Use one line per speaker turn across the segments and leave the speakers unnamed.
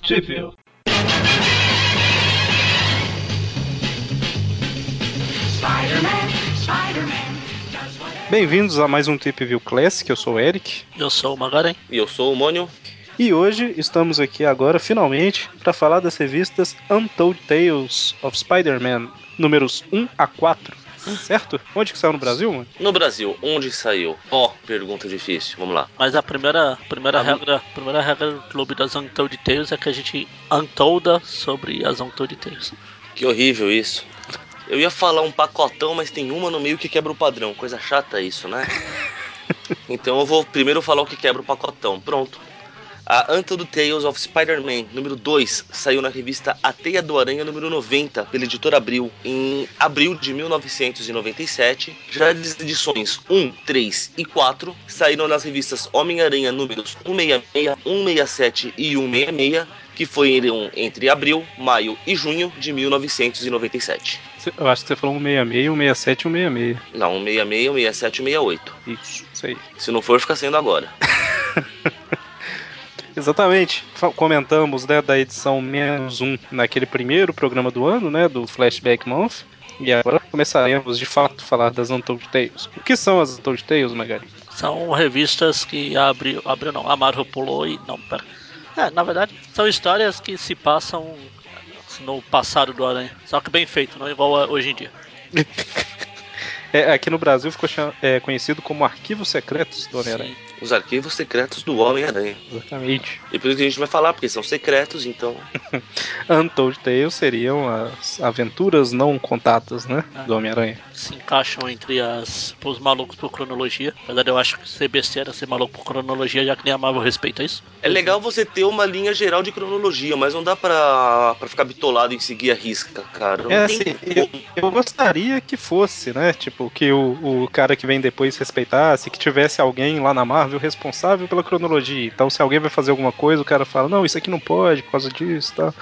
possível. Bem-vindos a mais um Tip View Classic, eu sou o Eric.
Eu sou o Magaren.
E eu sou o Mônio.
E hoje estamos aqui agora, finalmente, para falar das revistas Untold Tales of Spider-Man, números 1 a 4. Certo? Onde que saiu no Brasil, mano?
No Brasil, onde saiu? Ó, pergunta difícil. Vamos lá.
Mas a primeira, primeira, regra, primeira regra do clube das Untold Tales é que a gente antolda sobre as Untold Tales.
Que horrível isso. Eu ia falar um pacotão, mas tem uma no meio que quebra o padrão. Coisa chata isso, né? então eu vou primeiro falar o que quebra o pacotão. Pronto. A Untold Tales of Spider-Man, número 2, saiu na revista A Teia do Aranha, número 90, pela editora Abril, em abril de 1997. Já as edições 1, 3 e 4 saíram nas revistas Homem-Aranha, números 166, 167 e 166, que foram entre abril, maio e junho de 1997.
Eu acho que você falou 166, 167 e 166.
Não, 166, 167 e 168.
Isso, isso aí.
Se não for, fica sendo agora.
Exatamente. Fa- Comentamos né, da edição menos um naquele primeiro programa do ano, né? Do Flashback Month. E agora começaremos de fato a falar das Untold Tales. O que são as Untold Tales, Magari?
São revistas que abriu, abriu não, a Marvel pulou e não, pera. É, na verdade, são histórias que se passam no passado do Aranha. Só que bem feito, não igual a- hoje em dia.
É, aqui no Brasil ficou cha- é, conhecido como Arquivos Secretos do Homem-Aranha.
Sim.
Os arquivos secretos do Homem-Aranha.
Exatamente.
E por isso que a gente vai falar, porque são secretos, então.
Untold Tales seriam as aventuras não contadas, né? Do Homem-Aranha.
se encaixam entre as os malucos por cronologia. Apesar de eu acho que ser besteira ser maluco por cronologia, já que nem a Marvel respeita isso.
É legal você ter uma linha geral de cronologia, mas não dá pra, pra ficar bitolado em seguir a risca, cara. Não
É
tem
assim, eu, eu gostaria que fosse, né? Tipo, que o, o cara que vem depois respeitasse, que tivesse alguém lá na Marvel responsável pela cronologia. Então, se alguém vai fazer alguma coisa, o cara fala, não, isso aqui não pode por causa disso e tal.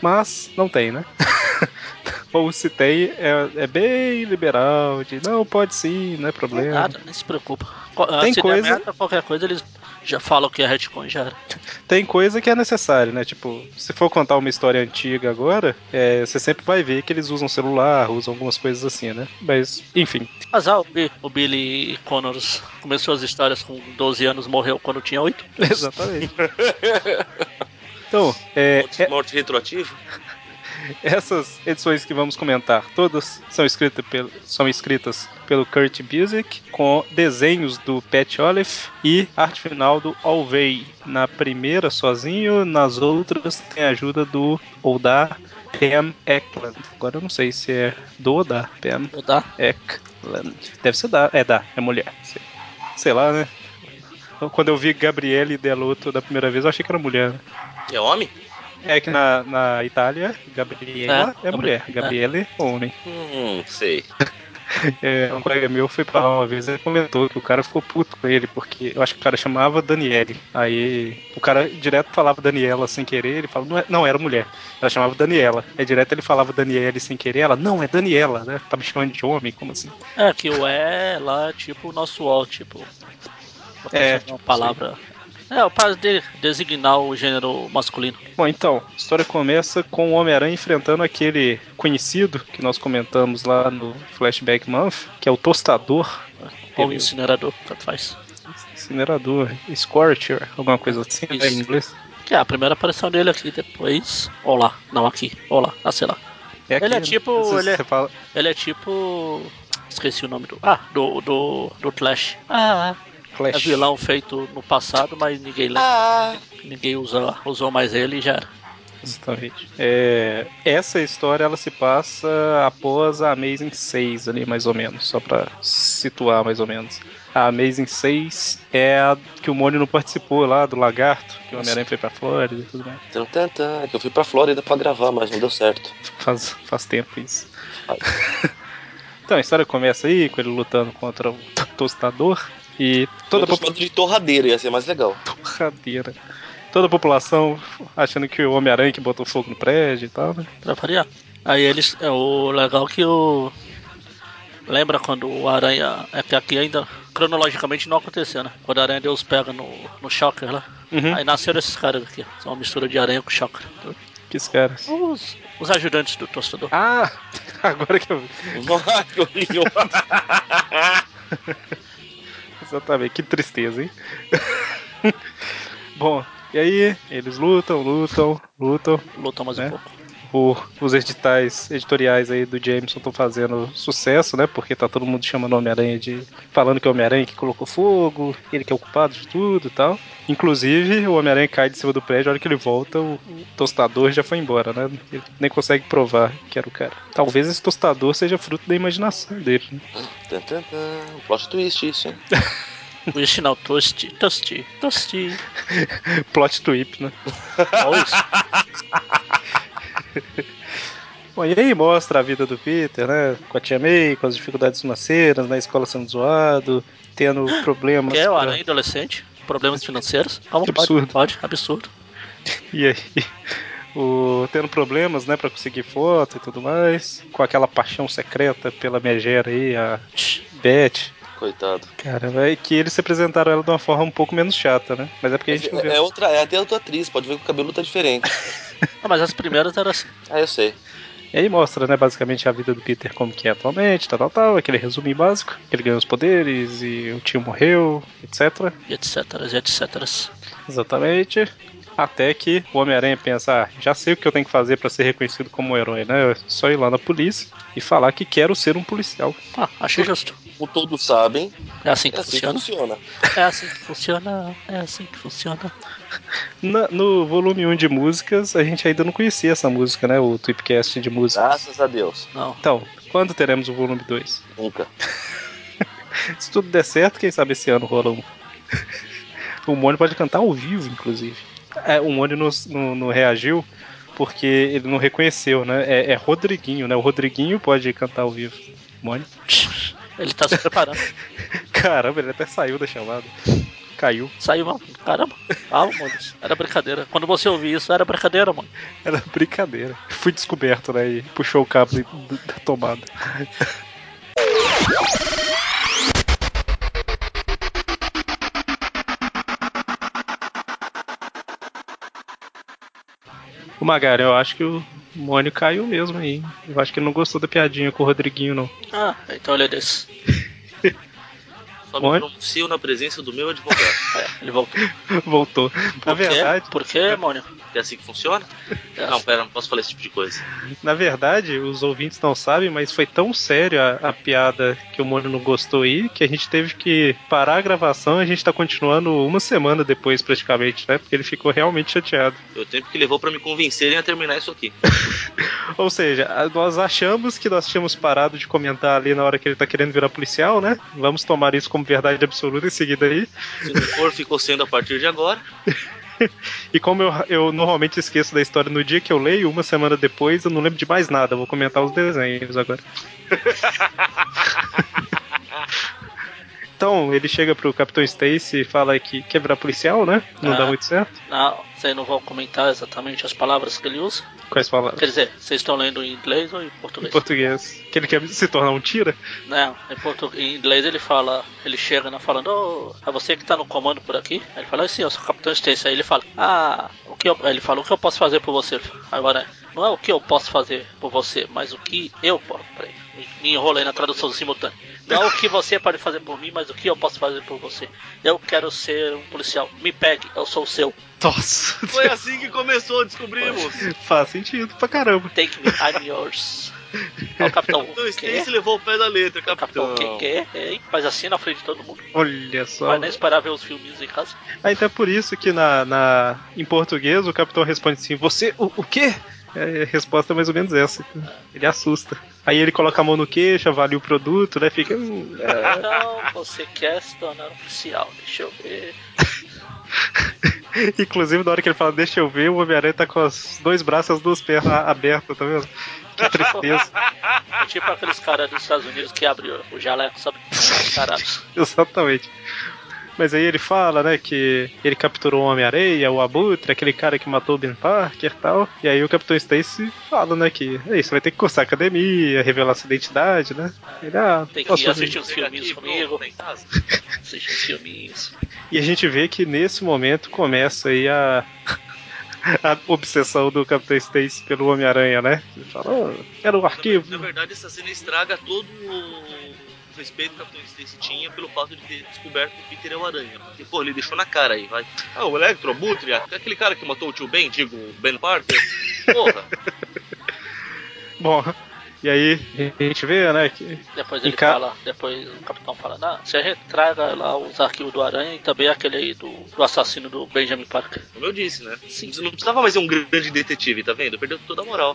Mas não tem, né? Ou se tem, é, é bem liberal, de não, pode sim, não é problema.
Nada, nem se preocupa. Co-
Tem
se der
coisa-
merda, qualquer coisa, eles já falam que é retcon já era.
tem coisa que é necessário, né? Tipo, se for contar uma história antiga agora, é, você sempre vai ver que eles usam celular, usam algumas coisas assim, né? Mas, enfim.
Mas ah, o, Bi- o Billy Connors começou as histórias com 12 anos, morreu quando tinha 8.
Exatamente. Então, é,
morte,
é-
morte retroativa.
essas edições que vamos comentar, todas são, escrita pelo, são escritas pelo Kurt Busiek, com desenhos do Pat Olive e arte final do Alvey. Na primeira sozinho, nas outras tem a ajuda do ou da Pam Eklund. Agora eu não sei se é do ou da Pam
Não dá.
Eklund. Deve ser da, é da, é mulher. Sei, sei lá, né? Quando eu vi Gabriele Delotto da primeira vez, eu achei que era mulher, né?
É homem?
É que na, na Itália, Gabriela
É,
é, mulher,
é.
Gabriele é homem.
Hum, sei.
É, um colega meu foi pra lá uma vez e comentou que o cara ficou puto com ele, porque eu acho que o cara chamava Daniele. Aí o cara direto falava Daniela sem querer, ele falava, não, é- não era mulher, ela chamava Daniela. Aí direto ele falava Daniele sem querer, ela, não, é Daniela, né? Tá me chamando de homem, como assim?
É que o é lá, tipo, o nosso O, tipo.
É,
Uma palavra. É, o para de designar o gênero masculino.
Bom, então, a história começa com o Homem-Aranha enfrentando aquele conhecido que nós comentamos lá no Flashback Month, que é o Tostador.
Ou
Ele-
incinerador, tanto faz.
Incinerador, Scorcher, alguma coisa assim, né, em
Isso.
inglês.
Que é a primeira aparição dele aqui, depois. Olá, não aqui, olá, ah, sei lá.
É
Ele
né?
é tipo-
Você-
ele é-
você fala-
Ele é tipo. Esqueci o nome do. Ah, do. do. do Clash. Ah,
Clash.
é vilão feito no passado, mas ninguém lembra.
Ah,
Ninguém usa, usou mais ele e já era.
Exatamente. É, essa história ela se passa após a Amazing 6 ali, mais ou menos, só pra situar mais ou menos. A Amazing 6 é a que o Mônio não participou lá, do lagarto, que o Homem-Aranha foi pra Flórida e tudo mais.
tan, tan, tan. É que eu fui pra Flórida pra gravar, mas não deu certo.
Faz, faz tempo isso. então a história começa aí com ele lutando contra o to- tostador e toda a
Toda chamado de torradeira ia ser mais legal.
população toda a população achando que o Homem-Aranha que botou fogo no prédio e tal, né?
Pra variar. Aí eles. é, O legal é que o. Lembra quando o Aranha. É que aqui ainda cronologicamente não aconteceu, né? Quando o Aranha Deus pega no, no Shocker lá.
Uhum.
Aí nasceram esses caras aqui. São uma mistura de aranha com Shocker.
Que os caras.
Os, os ajudantes do torcedor.
Ah, agora que eu vi. Exatamente, que tristeza, hein? Bom, e aí eles lutam, lutam, lutam.
Lutam mais
É.
um pouco.
O- os editais editoriais aí do Jameson estão fazendo sucesso, né? Porque tá todo mundo chamando o Homem-Aranha de. falando que é o Homem-Aranha que colocou fogo, ele que é o culpado de tudo e tal. Inclusive, o Homem-Aranha cai de cima do prédio, a hora que ele volta, o o tostador já foi embora, né? Ele nem consegue provar que era o cara. Talvez esse tostador seja fruto da imaginação dele. né?
Tan, tan, tan. Plot twist isso, hein?
O Istinal Tosti, Tosti, Tosti.
Plot twist, né?
Nossa,
Bom, e aí mostra a vida do Peter, né? Com a tia May, com as dificuldades financeiras, na escola sendo zoado, tendo problemas.
que é o
pra-
Aranha adolescente? Problemas financeiros? Calma,
Que
pode,
absurdo.
Pode, absurdo.
E aí? O, tendo problemas, né, pra conseguir foto e tudo mais. Com aquela paixão secreta pela megera aí, a
Tch,
Beth.
Coitado.
Cara, vai que eles apresentaram ela de uma forma um pouco menos chata, né? Mas é porque a gente não vê.
É, é outra, é até outra atriz, pode ver que o cabelo tá diferente.
Ah, mas as primeiras eram assim.
Ah, eu sei.
E aí mostra, né, basicamente a vida do Peter como que é atualmente, tal, tal, tal. Aquele resumo básico, que ele ganhou os poderes e o tio morreu, etc.
E etc, e etc.
Exatamente. Até que o Homem-Aranha pensa, ah, já sei o que eu tenho que fazer pra ser reconhecido como um herói, né? É só ir lá na polícia e falar que quero ser um policial.
Ah, achei justo.
Como todos sabem,
É assim
tá
que
é assim que
funciona?
funciona.
É assim que funciona, é assim que funciona.
Na- no volume 1 de músicas, a gente ainda não conhecia essa música, né? O Tweepcast de música.
Graças a Deus.
Não,
Então, quando teremos o volume 2?
Nunca.
Se tudo der certo, quem sabe esse ano rola um. o Mônio pode cantar ao vivo, inclusive. É, o Mônio não, não- não reagiu porque ele não reconheceu, né? É, é Rodriguinho, né? O Rodriguinho pode cantar ao vivo. Mônio.
Tch, ele tá se preparando.
Caramba, ele até saiu da chamada. Caiu.
Saiu, mano. Caramba. Calma, mano. Era brincadeira. Quando você ouvir isso, era brincadeira, mano.
Era brincadeira. Fui descoberto, né? E puxou o cabo do- da tomada. O Magari, eu acho que o Mônio caiu mesmo aí. hein? Eu acho que ele não gostou da piadinha com o Rodriguinho, não.
Ah, então ele é desse.
Só
Oi?
me pronuncio na presença do meu advogado.
É, ele voltou.
Voltou. Na
Por quê?
verdade,
Por quê, Mônio?
É assim que funciona?
É
Não, pera, não posso falar esse tipo de coisa.
na verdade, os ouvintes não sabem, mas foi tão sério a, a piada que o Mônio não gostou aí que a gente teve que parar a gravação e a gente tá continuando uma semana depois, praticamente, né? Porque ele ficou realmente chateado.
Foi o tempo que levou pra me convencerem a terminar isso aqui.
Ou seja, a- nós achamos que nós tínhamos parado de comentar ali na hora que ele tá querendo virar policial, né? Vamos tomar isso como verdade absoluta em seguida aí.
Se não for, ficou sendo a partir de agora.
E como eu, eu normalmente esqueço da história no dia que eu leio, uma semana depois eu não lembro de mais nada, eu vou comentar os desenhos agora. então, ele chega pro Capitão Stacy e fala que quer virar policial, né? Não
Ah.
dá muito certo.
Não, vocês não vão comentar exatamente as palavras que ele usa.
Quais
Quer
palavras?
dizer, vocês estão lendo em inglês ou em
Em
português?
português. Que ele quer se tornar um tira?
Não, Né, em, portu... em inglês ele fala, ele chega né, falando, "Ô, é você que tá no comando por aqui? Aí ele fala, "Ah, sim, eu sou o Capitão Stacy. Aí ele fala, ah, o que eu... Aí ele fala, o que eu posso fazer por você? Ele fala, Agora, não é o que eu posso fazer por você, mas o que eu posso. Peraí, me- me enrolei na tradução simultânea. Não é o que você pode fazer por mim, mas o que eu posso fazer por você. Eu quero ser um policial. Me pegue, eu sou o seu.
Nossa,
Foi assim que começou, descobrimos.
faz sentido pra caramba.
Take me, I'm yours. Aí o capitão.
Então,
"O quê? É
Stacy levou o pé da letra,
Capitão, quem
capitão.
quer? Hein? Faz assim na frente de todo mundo.
Olha só.
Vai nem esperar ver os filminhos em casa.
Aí até Ah, então é por isso que na, na- em português o capitão responde assim: Você, o, o quê? É, a resposta é mais ou menos essa. Ele assusta. Aí ele coloca a mão no queixo, avalia o produto, né? Fica. "Hum, é."
Então, você quer se tornar um policial? Deixa eu ver.
Inclusive, na hora que ele fala, deixa eu ver, o Homem-Aranha tá com os dois braços e as duas pernas abertas, tá vendo? Que tristeza.
É tipo aqueles caras dos Estados Unidos que abrem o jaleco, sabe? Caralho.
Exatamente. Mas aí ele fala, né, que ele capturou o Homem-Areia, o Abutre, aquele cara que matou o Ben Parker e tal. E aí o Capitão Stacy fala, né, que é isso, vai ter que cursar academia, revelar sua identidade, né? Ele, ah,
Tem que
posso fazer
assistir uns filminhos comigo. Assistir uns filminhos.
E a gente vê que nesse momento começa aí a, a obsessão do Capitão Stacy pelo Homem-Aranha, né? Ele fala, "Ah, era o arquivo.
Na verdade, essa cena estraga todo o respeito que o Capitão Stacy tinha pelo fato de ter descoberto que o Peter é o Aranha. Porque, pô, ele deixou na cara aí, vai. Ah, o Electro, o Butre, aquele cara que matou o tio Ben, digo, o Ben Parker. Porra,
Bom, e aí a gente vê, né, que
Depois
E
ele
ca-
fala, depois o capitão fala, não, você retraga lá os arquivos do Aranha e também aquele aí do, do assassino do Benjamin Parker.
como eu disse, né? Sim, não precisava mais ser um grande detetive, tá vendo? Perdeu toda a moral.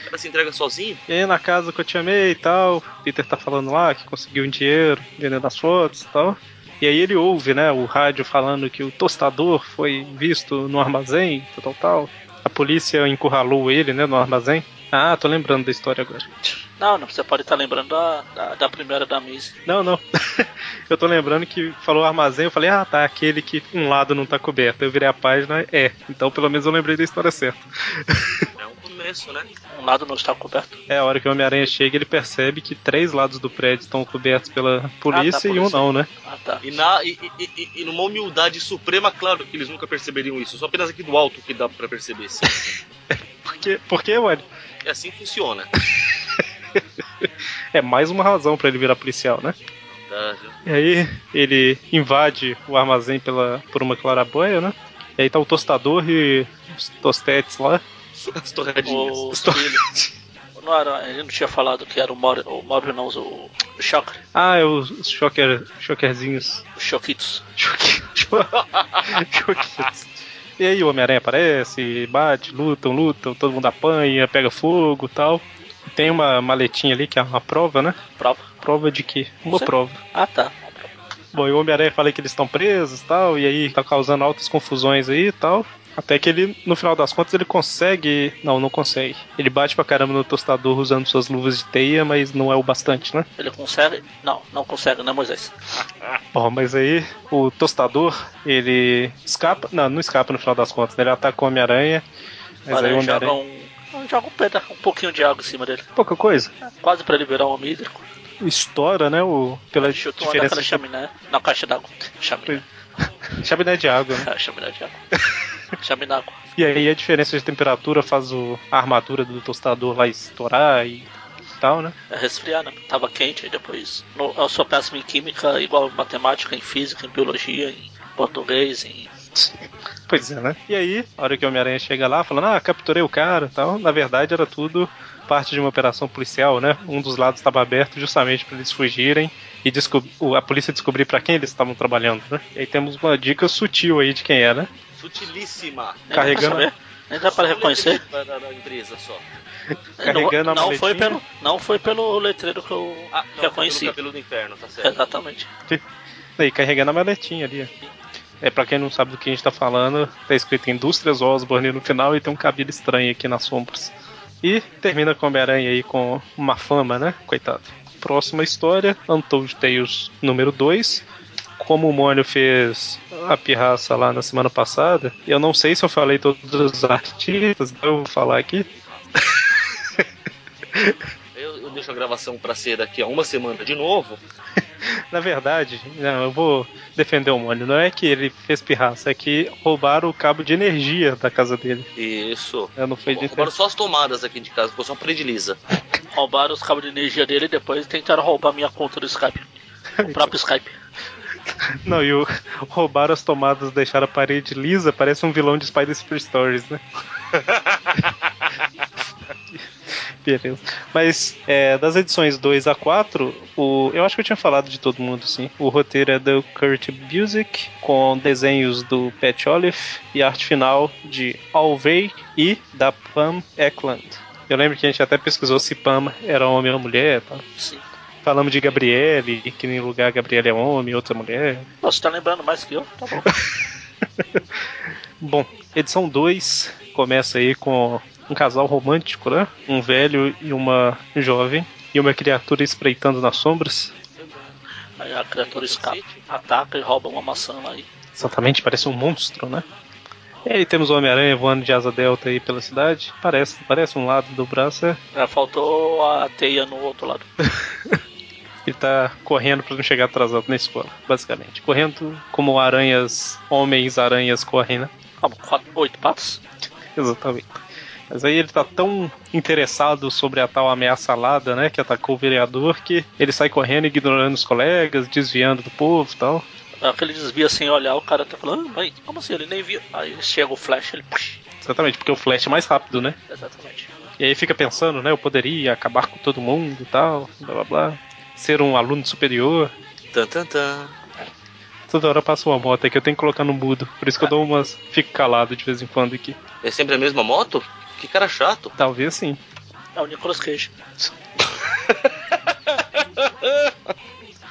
O cara se entrega sozinho.
E aí na casa que eu te amei e tal, Peter tá falando lá que conseguiu um dinheiro vendendo as fotos e tal. E aí ele ouve, né, o rádio falando que o tostador foi visto no armazém, tal, tal, tal. A polícia encurralou ele, né, no armazém. Ah, tô lembrando da história agora.
Não, não, você pode estar lembrando da, da, da primeira da Miss.
Não, não. eu tô lembrando que falou armazém, eu falei, ah, tá, aquele que um lado não tá coberto. Eu virei a página, é. Então pelo menos eu lembrei da história certa.
É um começo, né?
Um lado não está coberto.
É a hora que o Homem-Aranha chega, ele percebe que três lados do prédio estão cobertos pela polícia e um
polícia.
não, né?
Ah, tá.
E, na, e, e, e- e numa humildade suprema, claro que eles nunca perceberiam isso. Só apenas aqui do alto que dá pra perceber. Sim.
Por quê? Por quê, Wally?
É assim que funciona.
É mais uma razão pra ele virar policial, né?
Tá, viu?
E aí ele invade o armazém pela, por uma claraboia, né? E aí tá o tostador e os tostetes lá.
As torradinhas.
O
Estou-
Cirilo. Não era, ele não tinha falado que era o Móvel, o Móvel não, o, o Chakra,
Ah, é os, os choker, chokerzinhos.
o Choquitos.
Choque- cho- Choquitos. E aí o Homem-Aranha aparece, bate, lutam, lutam, todo mundo apanha, pega fogo e tal. Tem uma maletinha ali que é uma prova, né?
Prova.
Prova de quê? Uma
Sim.
prova.
Ah, tá.
Bom, e o Homem-Aranha fala que eles estão presos e tal, e aí tá causando altas confusões aí e tal. Até que ele, no final das contas, ele consegue. Não, não consegue. Ele bate pra caramba no tostador usando suas luvas de teia, mas não é o bastante, né?
Ele consegue? Não, não consegue, né, Moisés?
Bom, mas aí o tostador, ele escapa. Não, não escapa no final das contas, né? Ele ataca o Homem-Aranha. Mas é aí o
Ele joga
Homem-Aranha.
um, joga um, peda, um pouquinho de água em cima dele.
Pouca coisa.
Quase pra liberar o homem hídrico.
Estoura, né? O... Pela
Chutou uma daquela
diferença. de-
chaminé na caixa d'água. Chaminé.
Chaminé de água, né?
Ah, chaminé de água. chaminé d'água.
E aí a diferença de temperatura faz o, a armadura do tostador lá estourar e tal, né?
É resfriar, né? Tava quente, aí depois. No- eu sou péssimo em química, igual em matemática, em física, em biologia, em português, em.
Pois é, né? E aí, a hora que o Homem-Aranha chega lá, falando, ah, capturei o cara e tal, na verdade era tudo parte de uma operação policial, né? Um dos lados estava aberto justamente para eles fugirem e desco- o- a polícia descobrir para quem eles estavam trabalhando, né? E aí temos uma dica sutil aí de quem é, né?
Sutilíssima.
Nem
Carregando-
dá pra saber, nem dá pra reconhecer.
Da, da- da empresa só.
Carregando a
não, não
maletinha.
foi pelo Não foi pelo letreiro que eu
Ah, não,
reconheci.
pelo cabelo do inferno, tá certo.
Exatamente.
Daí carregando a maletinha ali. ó. É, pra quem não sabe do que a gente tá falando, tá escrito Indústrias Osborne no final e tem um cabelo estranho aqui nas sombras. E termina com o Homem-Aranha aí com uma fama, né? Coitado. Próxima história, Untold Tales número 2. Como o Mônio fez a pirraça lá na semana passada, eu não sei se eu falei todos os artistas, então eu vou falar aqui.
Eu, eu deixo a gravação pra ser daqui a uma semana de novo.
Na verdade, não, eu vou defender o Mônio. Não é que ele fez pirraça, é que roubaram o cabo de energia da casa dele.
Isso.
É, não foi de
Roubaram só as tomadas aqui de casa, ficou só prediliza.
Roubaram os cabos de energia dele e depois tentaram roubar minha conta do Skype. O próprio Skype.
Não, e o... roubaram as tomadas, deixaram a parede lisa, parece um vilão de Spider Super Stories, né? Beleza. Mas é, das edições 2 a 4, o... eu acho que eu tinha falado de todo mundo, sim. O roteiro é do Kurt Busiek, com desenhos do Pat Olive e arte final de Alvey e da Pam Eklund. Eu lembro que a gente até pesquisou se Pam era homem ou mulher. Tá?
Sim.
Falamos de Gabriele, que em lugar Gabriele é homem, outra mulher.
Você tá lembrando mais que eu? Tá bom.
Bom, edição 2 começa aí com um casal romântico, né? Um velho e uma jovem. E uma criatura espreitando nas sombras.
Aí a criatura escapa, ataca e rouba uma maçã lá aí.
Exatamente, parece um monstro, né? E aí temos o Homem-Aranha voando de asa delta aí pela cidade. Parece, parece um lado do braço, é.
É, faltou a teia no outro lado.
Ele tá correndo pra não chegar atrasado na escola, basicamente. Correndo como aranhas, homens aranhas correm, né?
Ah, quatro, oito patos?
Exatamente. Mas aí ele tá tão interessado sobre a tal ameaça alada, né, que atacou o vereador, que ele sai correndo, ignorando os colegas, desviando do povo e tal.
Aquele desvia sem olhar, o cara tá falando, "Ah, mas como assim? Ele nem viu. Aí chega o flash, ele. push.
Exatamente, porque o Flash é mais rápido, né?
Exatamente.
E aí fica pensando, né, eu poderia acabar com todo mundo e tal, blá blá blá. Ser um aluno superior.
Tan, tan, tan.
Toda hora passa uma moto aqui, eu tenho que colocar no mudo. Por isso que eu dou umas. Fico calado de vez em quando aqui.
É sempre a mesma moto? Que cara chato.
Talvez sim.
É o Nicolas Cage.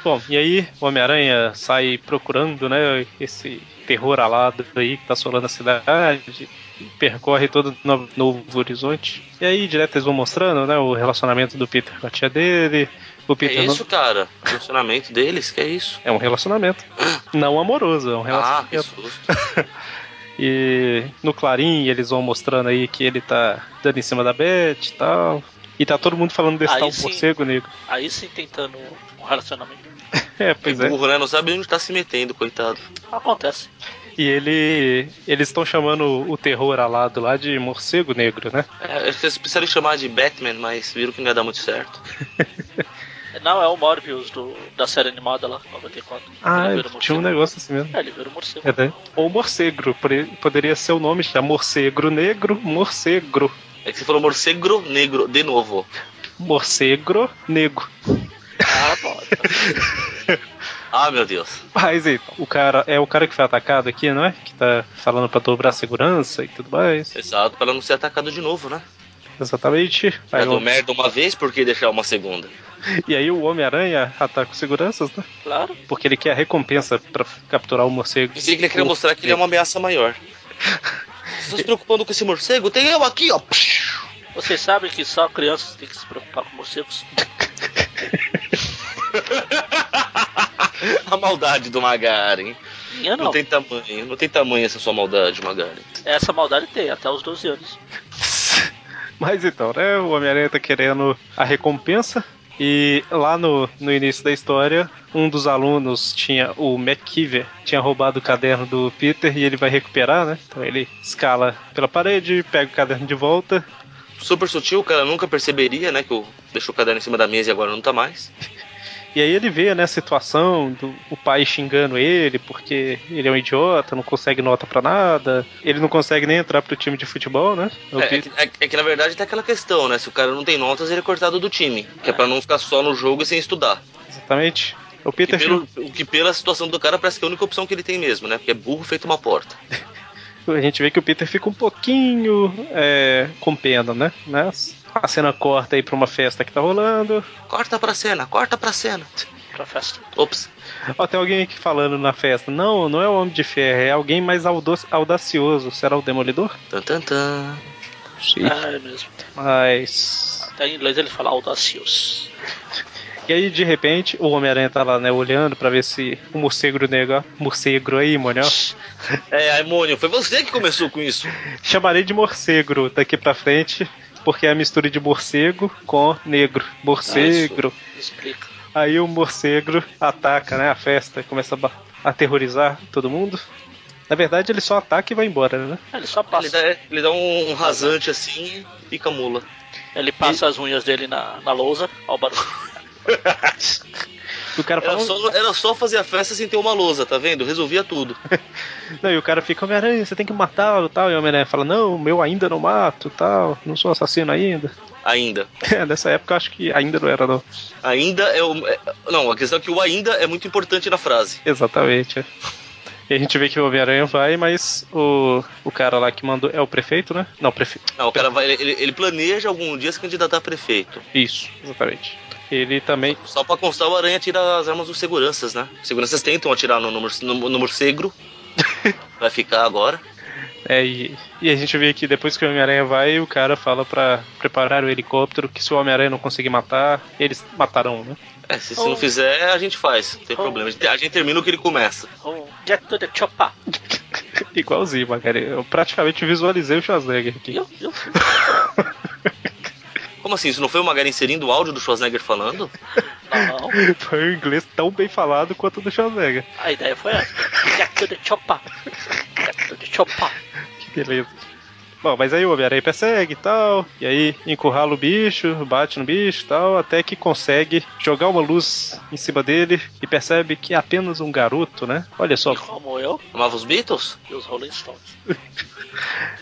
Bom, e aí o Homem-Aranha sai procurando, né, esse terror alado aí que tá assolando a cidade, e percorre todo Novo, Novo Horizonte. E aí direto eles vão mostrando, né, o relacionamento do Peter com a tia dele, o
É
Peter não-
isso, cara? O funcionamento deles? Que é isso?
é um relacionamento, não amoroso, é um
Ah,
relacionamento.
que susto.
E no Clarim eles vão mostrando aí que ele tá dando em cima da Beth e tal. E tá todo mundo falando desse
Aí
tal
sim.
morcego negro.
Aí sim tentando um relacionamento.
É,
Que
pois é.
burro, né? Não sabe onde tá se metendo, coitado.
Acontece.
E ele. Eles estão chamando o terror alado lá de morcego negro, né?
É, vocês precisaram chamar de Batman, mas viram que não ia dar muito certo.
Não, é o Morbius do, da série animada lá, 94.
Ah,
ele vira o
tinha um
morcego.
negócio assim mesmo.
É, ele vira o morcego.
É, né? Ou morcego, por- poderia ser o nome já. Morcego negro, morcego.
É que você falou morcego negro de novo.
Morcego negro.
Ah, bora.
Ah, meu Deus.
Mas então, o cara é o cara que foi atacado aqui, não é? Que tá falando pra dobrar a segurança e tudo mais.
Exato, pra não ser atacado de novo, né?
Exatamente.
Já
Aí
deu
o-
É merda uma vez, por que deixar uma segunda?
e aí o Homem-Aranha ataca os seguranças, né?
Claro.
Porque ele quer a recompensa pra capturar o morcego.
Pensei que ele queria mostrar que ele é uma ameaça maior. Vocês estão se preocupando com esse morcego? Tem eu aqui, ó.
Vocês sabem que só crianças têm que se preocupar com morcegos.
A maldade do Magaren.
Minha
Não.
não.
tem tamanho, não tem tamanho essa sua maldade, Magaren.
Essa maldade tem, até os 12 anos.
Mas então, né? O Homem-Aranha tá querendo a recompensa. E lá no, no início da história, um dos alunos tinha o McKeever, tinha roubado o caderno do Peter e ele vai recuperar, né? Então ele escala pela parede, pega o caderno de volta.
Super sutil, o cara nunca perceberia, né? Que eu deixou o caderno em cima da mesa e agora não tá mais.
E aí ele vê, né, a situação do o pai xingando ele porque ele é um idiota, não consegue nota pra nada, ele não consegue nem entrar pro time de futebol, né? O
É, é
Peter-
que, é que- é que, na verdade tem aquela questão, né? Se o cara não tem notas, ele é cortado do time. Que é pra não ficar só no jogo e sem estudar.
Exatamente. O
Que
Peter
pelo- o que pela situação do cara parece que é a única opção que ele tem mesmo, né? Porque é burro feito uma porta.
A gente vê que o Peter fica um pouquinho é, com pena, né? Mas a cena corta aí pra uma festa que tá rolando.
Corta pra cena, corta pra cena.
Pra festa.
Ops.
Ó, tem alguém aqui falando na festa. Não, não é o Homem de Ferro, é alguém mais audo- audacioso. Será o Demolidor?
Tan, tan, tan.
Sim.
Ah, é mesmo.
Mas.
Até em inglês ele fala audacious.
E aí, de repente, o Homem-Aranha tá lá, né, olhando pra ver se o morcego negro, ó, morcego aí, mano, ó.
É, Aimônio, foi você que começou com isso.
Chamarei de morcego daqui pra frente, porque é a mistura de morcego com negro. Morcego.
Explica.
Aí o morcego ataca, né, a festa, começa a ba- aterrorizar todo mundo. Na verdade, ele só ataca e vai embora, né?
Ele só
Ele
passa.
dá, ele dá um, um rasante assim e pica a mula.
Ele passa as unhas dele na, na lousa. Ó o barulho.
E o cara
Era
fala,
só, era só fazer a festa sem ter uma lousa, tá vendo? Resolvia tudo.
não, e o cara fica, Homem-Aranha, você tem que matá-lo, tal. E o Homem-Aranha fala, não, meu ainda não mato, tal, não sou assassino ainda.
Ainda.
É, nessa época eu acho que ainda não era, não.
Ainda é o. é- não, a questão é que o ainda é muito importante na frase.
Exatamente. é. E a gente vê que o Homem-Aranha vai, mas o, o cara lá que mandou. É o prefeito, né? Não, prefeito.
Não, o cara vai. Ele, ele planeja algum dia se candidatar a prefeito.
Isso, exatamente. Ele também.
Só pra constar, o Aranha tira as armas dos seguranças, né? Os seguranças tentam atirar no, no, mor- no, no morcego. Vai ficar agora.
É, e, e a gente vê que depois que o Homem-Aranha vai, o cara fala pra preparar o helicóptero, que se o Homem-Aranha não conseguir matar, eles matarão, né?
É, se, se não fizer, a gente faz, não tem problema. A gente, a gente termina o que ele começa.
Oh, get to the chopper.
Igualzinho, Magari. Eu praticamente visualizei o Schwarzenegger aqui.
Eu, eu,
Como assim? Isso não foi o Magari inserindo o áudio do Schwarzenegger falando?
não, não.
Foi um inglês tão bem falado quanto o do Schwarzenegger.
A ideia foi essa. Get to the chopper. Get to the chopper.
Que beleza. Bom, mas aí o Homem-Aranha persegue e tal, e aí encurrala o bicho, bate no bicho e tal, até que consegue jogar uma luz em cima dele e percebe que é apenas um garoto, né? Olha só,
E como eu
Amava os Beatles?
e os Rolling Stones.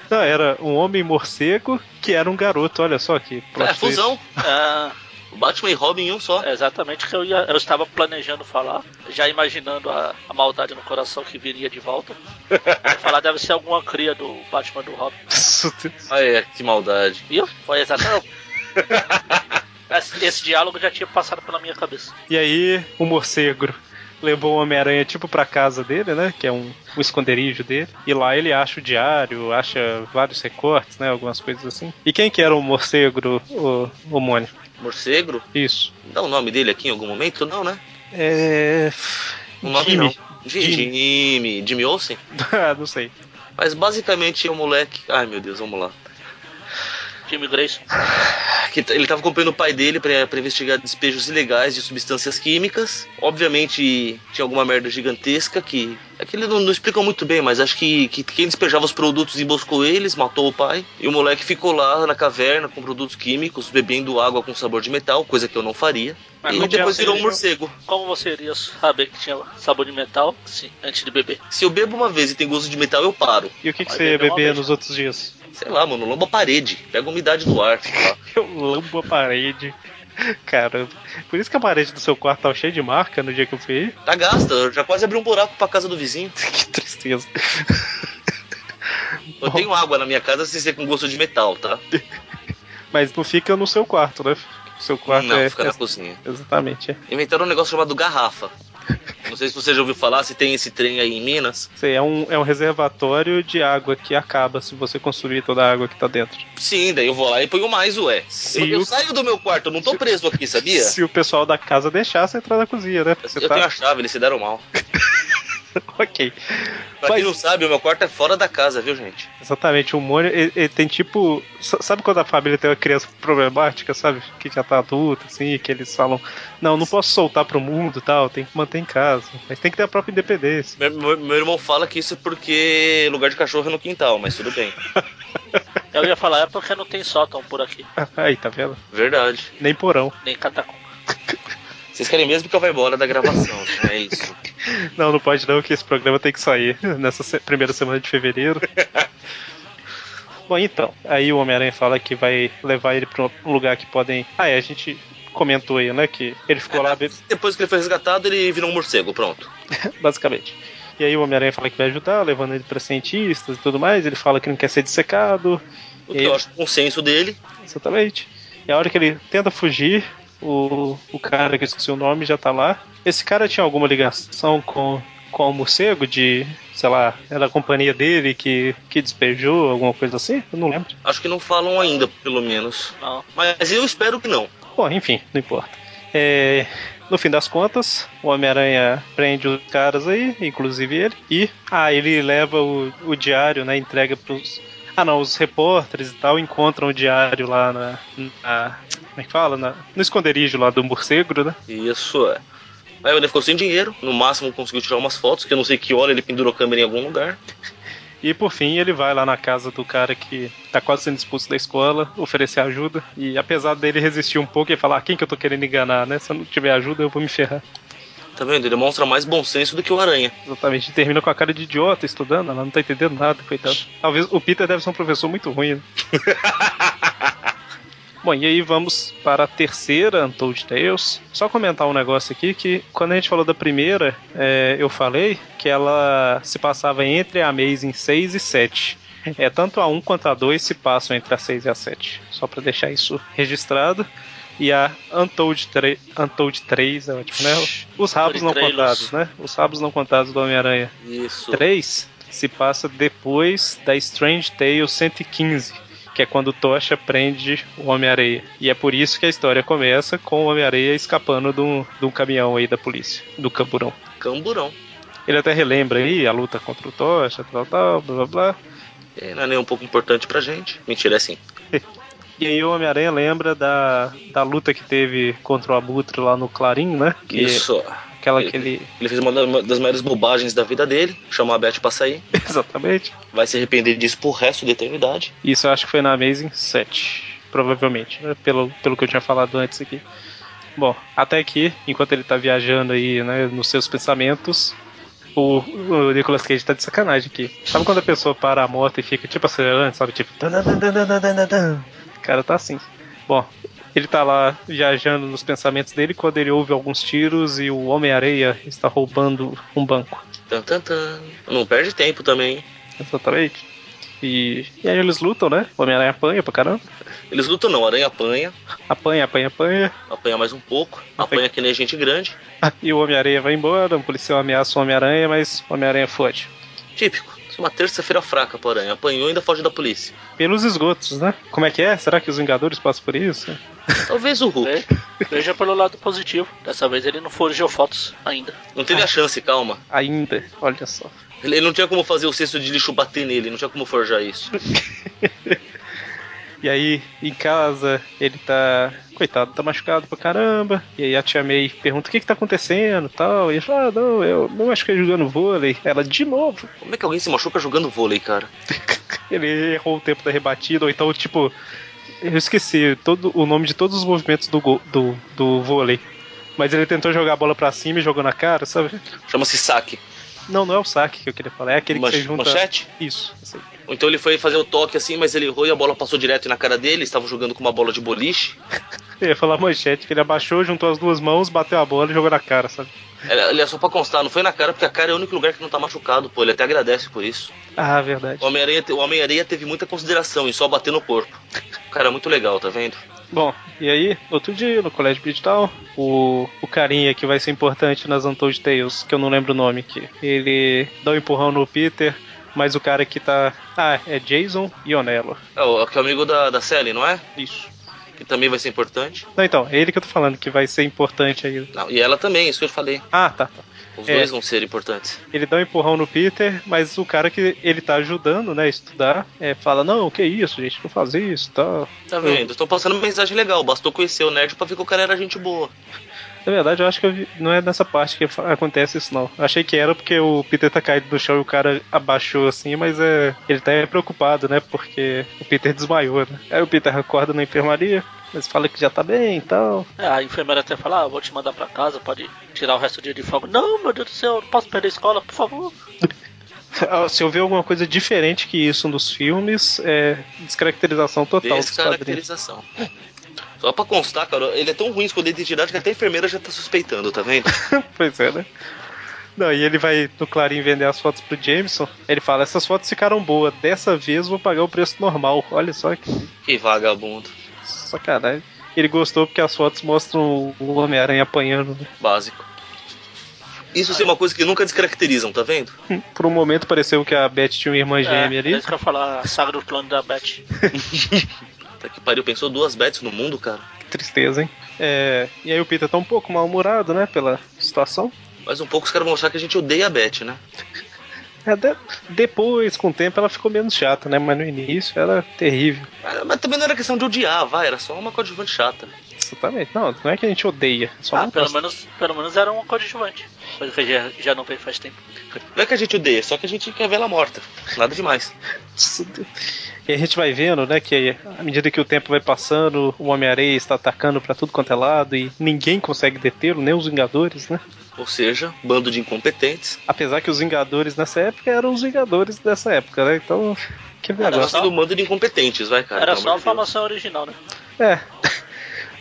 não, era um homem morcego que era um garoto, olha só que plot
É,
twist.
fusão.
Ah,
O Batman e Robin em um só.
é exatamente o que eu, ia, eu estava planejando falar, já imaginando a, a maldade no coração que viria de volta. Eu ia falar deve ser alguma cria do Batman do Robin.
Isso, Deus.
Ah, é, que maldade.
Viu? Foi exatamente. Esse, esse diálogo já tinha passado pela minha cabeça.
E aí o morcego levou o Homem-Aranha tipo pra casa dele, né? Que é um, um esconderijo dele. E lá ele acha o diário, acha vários recortes, né? Algumas coisas assim. E quem que era o morcego, o, o Mônio?
Morcego?
Isso.
Dá o nome dele aqui em algum momento? Não, né?
É.
O nome
Jimmy.
não. Jimmy. Jimmy. Jimmy Olsen?
ah, não sei.
Mas basicamente é um moleque. Ai meu Deus, vamos lá.
Jimmy Grayson.
Que t- Ele tava acompanhando o pai dele pra pra investigar despejos ilegais de substâncias químicas. Obviamente tinha alguma merda gigantesca que. É que eles não, não explicam muito bem, mas acho que, que quem despejava os produtos emboscou eles, matou o pai. E o moleque ficou lá na caverna com produtos químicos, bebendo água com sabor de metal, coisa que eu não faria.
Mas
e
como
depois
você
virou um
viu?
morcego.
Como você iria saber que tinha sabor de metal sim, antes de beber?
Se eu bebo uma vez e tem gosto de metal, eu paro.
E o que, que
Vai
você ia
beber uma
beber
vez.
nos outros dias?
Sei lá, mano, lomba a parede. Pega a umidade do ar, sei lá.
Eu lambo a parede. Cara, por isso que a parede do seu quarto tava cheia de marca no dia que eu fui. aí.
Tá gasta, eu já quase abri um buraco pra casa do vizinho.
Que tristeza.
Eu tenho água na minha casa sem ser com gosto de metal, tá?
Mas não fica no seu quarto, né? O seu quarto
Não,
é.
fica
é-
na cozinha.
Exatamente. é.
Inventaram um negócio chamado garrafa. Não sei se você já ouviu falar, se tem esse trem aí em Minas.
Isso aí é um, é um reservatório de água que acaba se você consumir toda a água que tá dentro.
Sim, daí eu vou lá e ponho mais, ué.
Se
Eu, eu
o-
saio do meu quarto, eu não tô preso aqui, sabia?
Se o pessoal da casa deixar, você entrar na cozinha, né? Você
Eu
tá.
tenho a chave, eles se deram mal.
Ok.
Pra
Mas-
quem não sabe, o meu quarto é fora da casa, viu, gente?
Exatamente, o Mônio, ele, ele tem tipo. sa- Sabe quando a família tem uma criança problemática, sabe? Que já tá adulta, assim, que eles falam, não, não posso soltar pro mundo e tal, tem que manter em casa. Mas tem que ter a própria independência.
Meu, meu- meu irmão fala que isso é porque lugar de cachorro é no quintal, mas tudo bem.
Eu ia falar, é porque não tem sótão por aqui,
Aí, tá vendo?
Verdade.
Nem porão.
nem catacumba.
Vocês querem mesmo que eu vá embora da gravação, né? É isso.
Não, não pode não, que esse programa tem que sair nessa se- primeira semana de fevereiro. Bom, então, aí o Homem-Aranha fala que vai levar ele pra um lugar que podem. Ah, é, a gente comentou aí, né? Que ele ficou lá be-
Depois que ele foi resgatado, ele virou um morcego, pronto.
basicamente. E aí o Homem-Aranha fala que vai ajudar, levando ele para cientistas e tudo mais. Ele fala que não quer ser dissecado,
O que eu
Ele-
acho consenso dele.
exatamente. E a hora que ele tenta fugir, o, o cara que eu esqueci o nome já tá lá. Esse cara tinha alguma ligação com, com o morcego de, sei lá, era a companhia dele que, que despejou, alguma coisa assim? Eu não lembro.
Acho que não falam ainda, pelo menos.
Não.
Mas eu espero que não.
Bom, enfim, não importa. É, no fim das contas, o Homem-Aranha prende os caras aí, inclusive ele, e ah, ele leva o, o diário, né? Entrega pros. Ah não, os repórteres e tal encontram o diário lá na. na- como é que fala? Na- no esconderijo lá do morcego, né?
Isso é. Aí ele ficou sem dinheiro, no máximo conseguiu tirar umas fotos, que eu não sei que hora ele pendurou a câmera em algum lugar.
E por fim ele vai lá na casa do cara que tá quase sendo expulso da escola, oferecer ajuda. E apesar dele resistir um pouco e falar, "Ah, quem que eu tô querendo enganar, né? Se eu não tiver ajuda, eu vou me ferrar.
Tá vendo? Ele mostra mais bom senso do que o Aranha.
Exatamente, termina com a cara de idiota estudando, ela não tá entendendo nada, coitado. Talvez o Peter deve ser um professor muito ruim, né? Bom, e aí vamos para a terceira Untold Tales. Só comentar um negócio aqui que quando a gente falou da primeira, é, eu falei que ela se passava entre a Amazing 6 e 7. É, tanto a 1 quanto a 2 se passam entre a 6 e a 7. Só para deixar isso registrado. E a Untold, 3, Untold 3 é ótimo, né? Os rabos não
Untold Trailers.
contados, né? Os rabos não contados do Homem-Aranha
Isso.
3 se passa depois da Strange Tale 115, que é quando o Tocha prende o Homem-Areia. E é por isso que a história começa com o Homem-Areia escapando de um, de um caminhão aí da polícia, do camburão.
Camburão.
Ele até relembra aí a luta contra o Tocha, tal, tal, blá, blá, blá.
É, não é nem um pouco importante pra gente. Mentira, é sim.
E aí o Homem-Aranha lembra da, da luta que teve contra o Abutre lá no Clarim, né? Que,
Isso.
Aquela que ele...
Ele fez uma da- uma das maiores bobagens da vida dele, chamar a Beth pra sair.
Exatamente.
Vai se arrepender disso pro resto da eternidade.
Isso eu acho que foi na Amazing 7, provavelmente, né? pelo, pelo que eu tinha falado antes aqui. Bom, até aqui, enquanto ele tá viajando aí, né, nos seus pensamentos, o, o Nicolas Cage tá de sacanagem aqui. Sabe quando a pessoa para a moto e fica tipo acelerando, sabe? Tipo. tan, tan, tan, tan, tan, tan, tan. O cara tá assim. Bom, ele tá lá viajando nos pensamentos dele quando ele ouve alguns tiros e o Homem-Areia está roubando um banco.
Tan, tan, tan. Não perde tempo também. hein?
Exatamente. E, e aí eles lutam, né? O Homem-Aranha apanha pra caramba.
Eles lutam não, aranha apanha,
Apanha, apanha, apanha.
apanha mais um pouco,
Apanha.
apanha que nem gente grande.
E o Homem-Aranha vai embora, o policial ameaça o Homem-Aranha, mas o Homem-Aranha foge.
Típico. Isso é uma terça-feira fraca pra aranha. Apanhou e ainda foge da polícia.
Pelos esgotos, né? Como é que é? Será que os Vingadores passam por isso?
Talvez o Hulk.
Ve- Né? Veja pelo lado positivo. Dessa vez ele não forjou fotos ainda.
Não teve a chance, calma.
Ainda, olha só.
Ele ele não tinha como fazer o cesto de lixo bater nele, não tinha como forjar isso.
E aí, em casa, ele tá. Coitado, tá machucado pra caramba. E aí a tia May pergunta o que que tá acontecendo e tal. E ele fala, ah, não, eu não machuquei jogando vôlei. Ela, de novo.
Como é que alguém se machuca jogando vôlei, cara?
Ele errou o tempo da rebatida, ou então, tipo. Eu esqueci todo, o nome de todos os movimentos do, go- do, do vôlei. Mas ele tentou jogar a bola pra cima e jogou na cara, sabe?
Chama-se saque.
Não, não é o saque que eu queria falar, é aquele
Manche-
que você junta.
Manchete?
Isso, isso aí.
Ou então ele foi fazer o toque assim, mas ele errou e a bola passou direto na cara dele. Estavam jogando com uma bola de boliche.
Eu ia falar manchete, que ele abaixou, juntou as duas mãos, bateu a bola e jogou na cara, sabe?
Era- Aliás, só pra constar, não foi na cara, porque a cara é o único lugar que não tá machucado, pô. Ele até agradece por isso.
Ah, verdade.
O Homem-Aranha te- o Homem-Aranha teve muita consideração em só bater no corpo. Cara, muito legal, tá vendo?
Bom, e aí, outro dia, no colégio digital, o, o carinha que vai ser importante nas Untold Tales, que eu não lembro o nome aqui, ele dá um empurrão no Peter, mas o cara que tá. Ah, é Jason Ionello.
É o, que é o amigo da, da Sally, não é?
Isso.
Que também vai ser importante.
Não, então, é ele que eu tô falando que vai ser importante aí.
Não, e ela também, isso que eu falei.
Ah, tá. tá.
Os
É.
dois vão ser importantes.
Ele dá um empurrão no Peter, mas o cara que ele tá ajudando, né, a estudar, é, fala, não, que isso, gente, não faz isso, tal.
Tá vendo? Estão passando uma mensagem legal. Bastou conhecer o nerd pra ver que o cara era gente boa.
Na verdade, eu acho que eu vi- não é nessa parte que fa- acontece isso, não. Eu achei que era porque o Peter tá caído no chão e o cara abaixou assim, mas é. Ele tá preocupado, né? Porque o Peter desmaiou, né? Aí o Peter acorda na enfermaria, mas fala que já tá bem e tal.
É, a enfermeira até fala, ah, eu vou te mandar pra casa, pode tirar o resto do dia de folga. Não, meu Deus do céu, eu não posso perder a escola, por favor.
Ah, Se eu ver alguma coisa diferente que isso nos filmes, é descaracterização total dos quadrinhos.
Descaracterização. Só pra constar, cara, ele é tão ruim esconder a identidade que até a enfermeira já tá suspeitando, tá vendo?
Pois é, né? Não, e ele vai no Clarim vender as fotos pro Jameson. Ele fala: essas fotos ficaram boas, dessa vez vou pagar o preço normal. Olha só que
Que vagabundo.
Sacanagem. Ele gostou porque as fotos mostram o Homem-Aranha apanhando. né?
Básico. Isso sim é uma coisa que nunca descaracterizam, tá vendo?
Por um momento pareceu que a Beth tinha uma irmã gêmea
é, é
ali.
isso que eu ia falar, a saga do clone da Beth.
Tá que pariu, pensou duas bets no mundo, cara.
Que tristeza, hein? É, e aí o Peter tá um pouco mal-humorado, né? Pela situação.
Mas um pouco os caras vão achar que a gente odeia a Bet, né?
É, de- depois, com o tempo, ela ficou menos chata, né? Mas no início era terrível.
Mas, Ah, mas também não era questão de odiar, vai, era só uma coadjuvante chata.
Exatamente. Não, não é que a gente odeia. Só
Ah,
não
pelo
gosta.
menos, pelo menos era um coadjuvante. Coisa que já, já não veio faz tempo.
Não é que a gente odeia, só que a gente quer ver ela morta. Nada demais.
E a gente vai vendo, né, que à medida que o tempo vai passando, o Homem-Areia está atacando pra tudo quanto é lado e ninguém consegue detê-lo, nem os Vingadores, né?
Ou seja, bando de incompetentes.
Apesar que os Vingadores nessa época eram os Vingadores dessa época, né? Então, que
Agora
negócio.
só-
sendo um bando de incompetentes, vai, cara.
Era
É, pelo
só
amor
a
de Deus.
formação original, né?
É.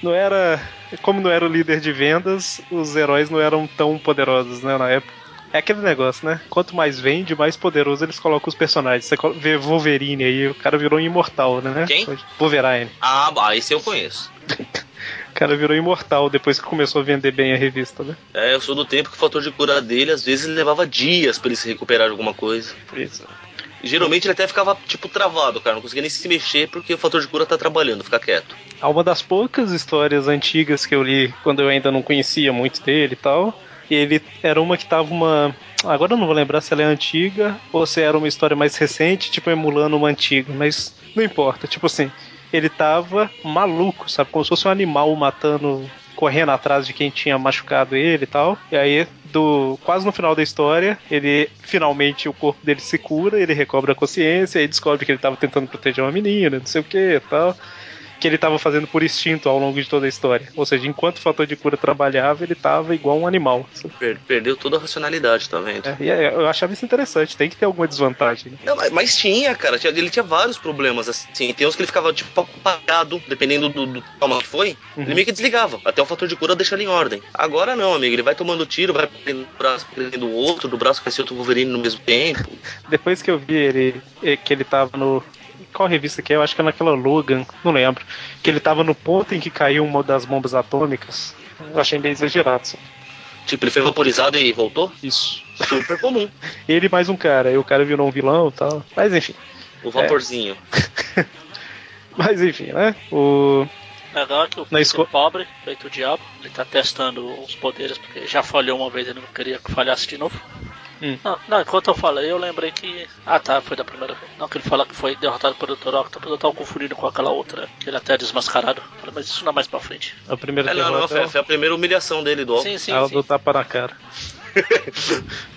Não era. Como não era o líder de vendas, os heróis não eram tão poderosos, né? Na época. É aquele negócio, né? Quanto mais vende, mais poderoso eles colocam os personagens. Você colo- vê Wolverine aí, o cara virou um imortal, né?
Quem?
Wolverine.
Ah, bah, esse eu conheço.
O cara virou imortal depois que começou a vender bem a revista, né?
É, eu sou do tempo que o fator de cura dele, às vezes, ele levava dias pra ele se recuperar de alguma coisa.
Isso.
E, geralmente ele até ficava, tipo, travado, cara. Não conseguia nem se mexer porque o fator de cura tá trabalhando, fica quieto.
Ah, Uma das poucas histórias antigas que eu li quando eu ainda não conhecia muito dele e tal. Ele era uma que tava uma. Agora eu não vou lembrar se ela é antiga ou se era uma história mais recente, tipo emulando uma antiga, mas não importa. Tipo assim, ele tava maluco, sabe? Como se fosse um animal matando, correndo atrás de quem tinha machucado ele e tal. E aí, do quase no final da história, ele finalmente o corpo dele se cura, ele recobra a consciência, aí descobre que ele tava tentando proteger uma menina, não sei o que e tal. Que ele tava fazendo por instinto ao longo de toda a história. Ou seja, enquanto o fator de cura trabalhava, ele tava igual um animal. sabe?
Per- perdeu toda a racionalidade, tá vendo?
É, e é, eu achava isso interessante, tem que ter alguma desvantagem. né?
Não, mas, mas tinha, cara. Tinha- ele tinha vários problemas, assim. Tem uns que ele ficava, tipo, apagado, dependendo do, do trauma que foi. Ele meio que desligava. Até o fator de cura deixa ele em ordem. Agora não, amigo. Ele vai tomando tiro, vai prendendo o braço, prendendo o outro, do braço vai ser outro Wolverine no mesmo tempo.
Depois que eu vi ele, eh, que ele tava no. Qual revista que é? Eu acho que é naquela Logan, não lembro. Que ele tava no ponto em que caiu uma das bombas atômicas. Eu achei meio exagerado. sabe?
Tipo, ele foi vaporizado e voltou.
Isso.
Super comum.
Ele mais um cara, e o cara virou um vilão e tal. Mas enfim.
O vaporzinho.
Mas enfim, né? O.
Legal é que o
Na esco-
filho pobre, feito o diabo, ele tá testando os poderes, porque já falhou uma vez, ele não queria que falhasse de novo.
Hum.
Não, não, enquanto eu falei, eu lembrei que. Ah tá, foi da primeira vez. Não, que ele fala que foi derrotado pelo Dr. Octopus, eu tava confundindo com aquela outra, que ele até é desmascarado. Eu falei, mas isso não é mais pra frente.
A primeira
É, não, não,
derrota
foi, foi a primeira humilhação dele do
Sim, sim,
é o
sim.
do tapa na cara.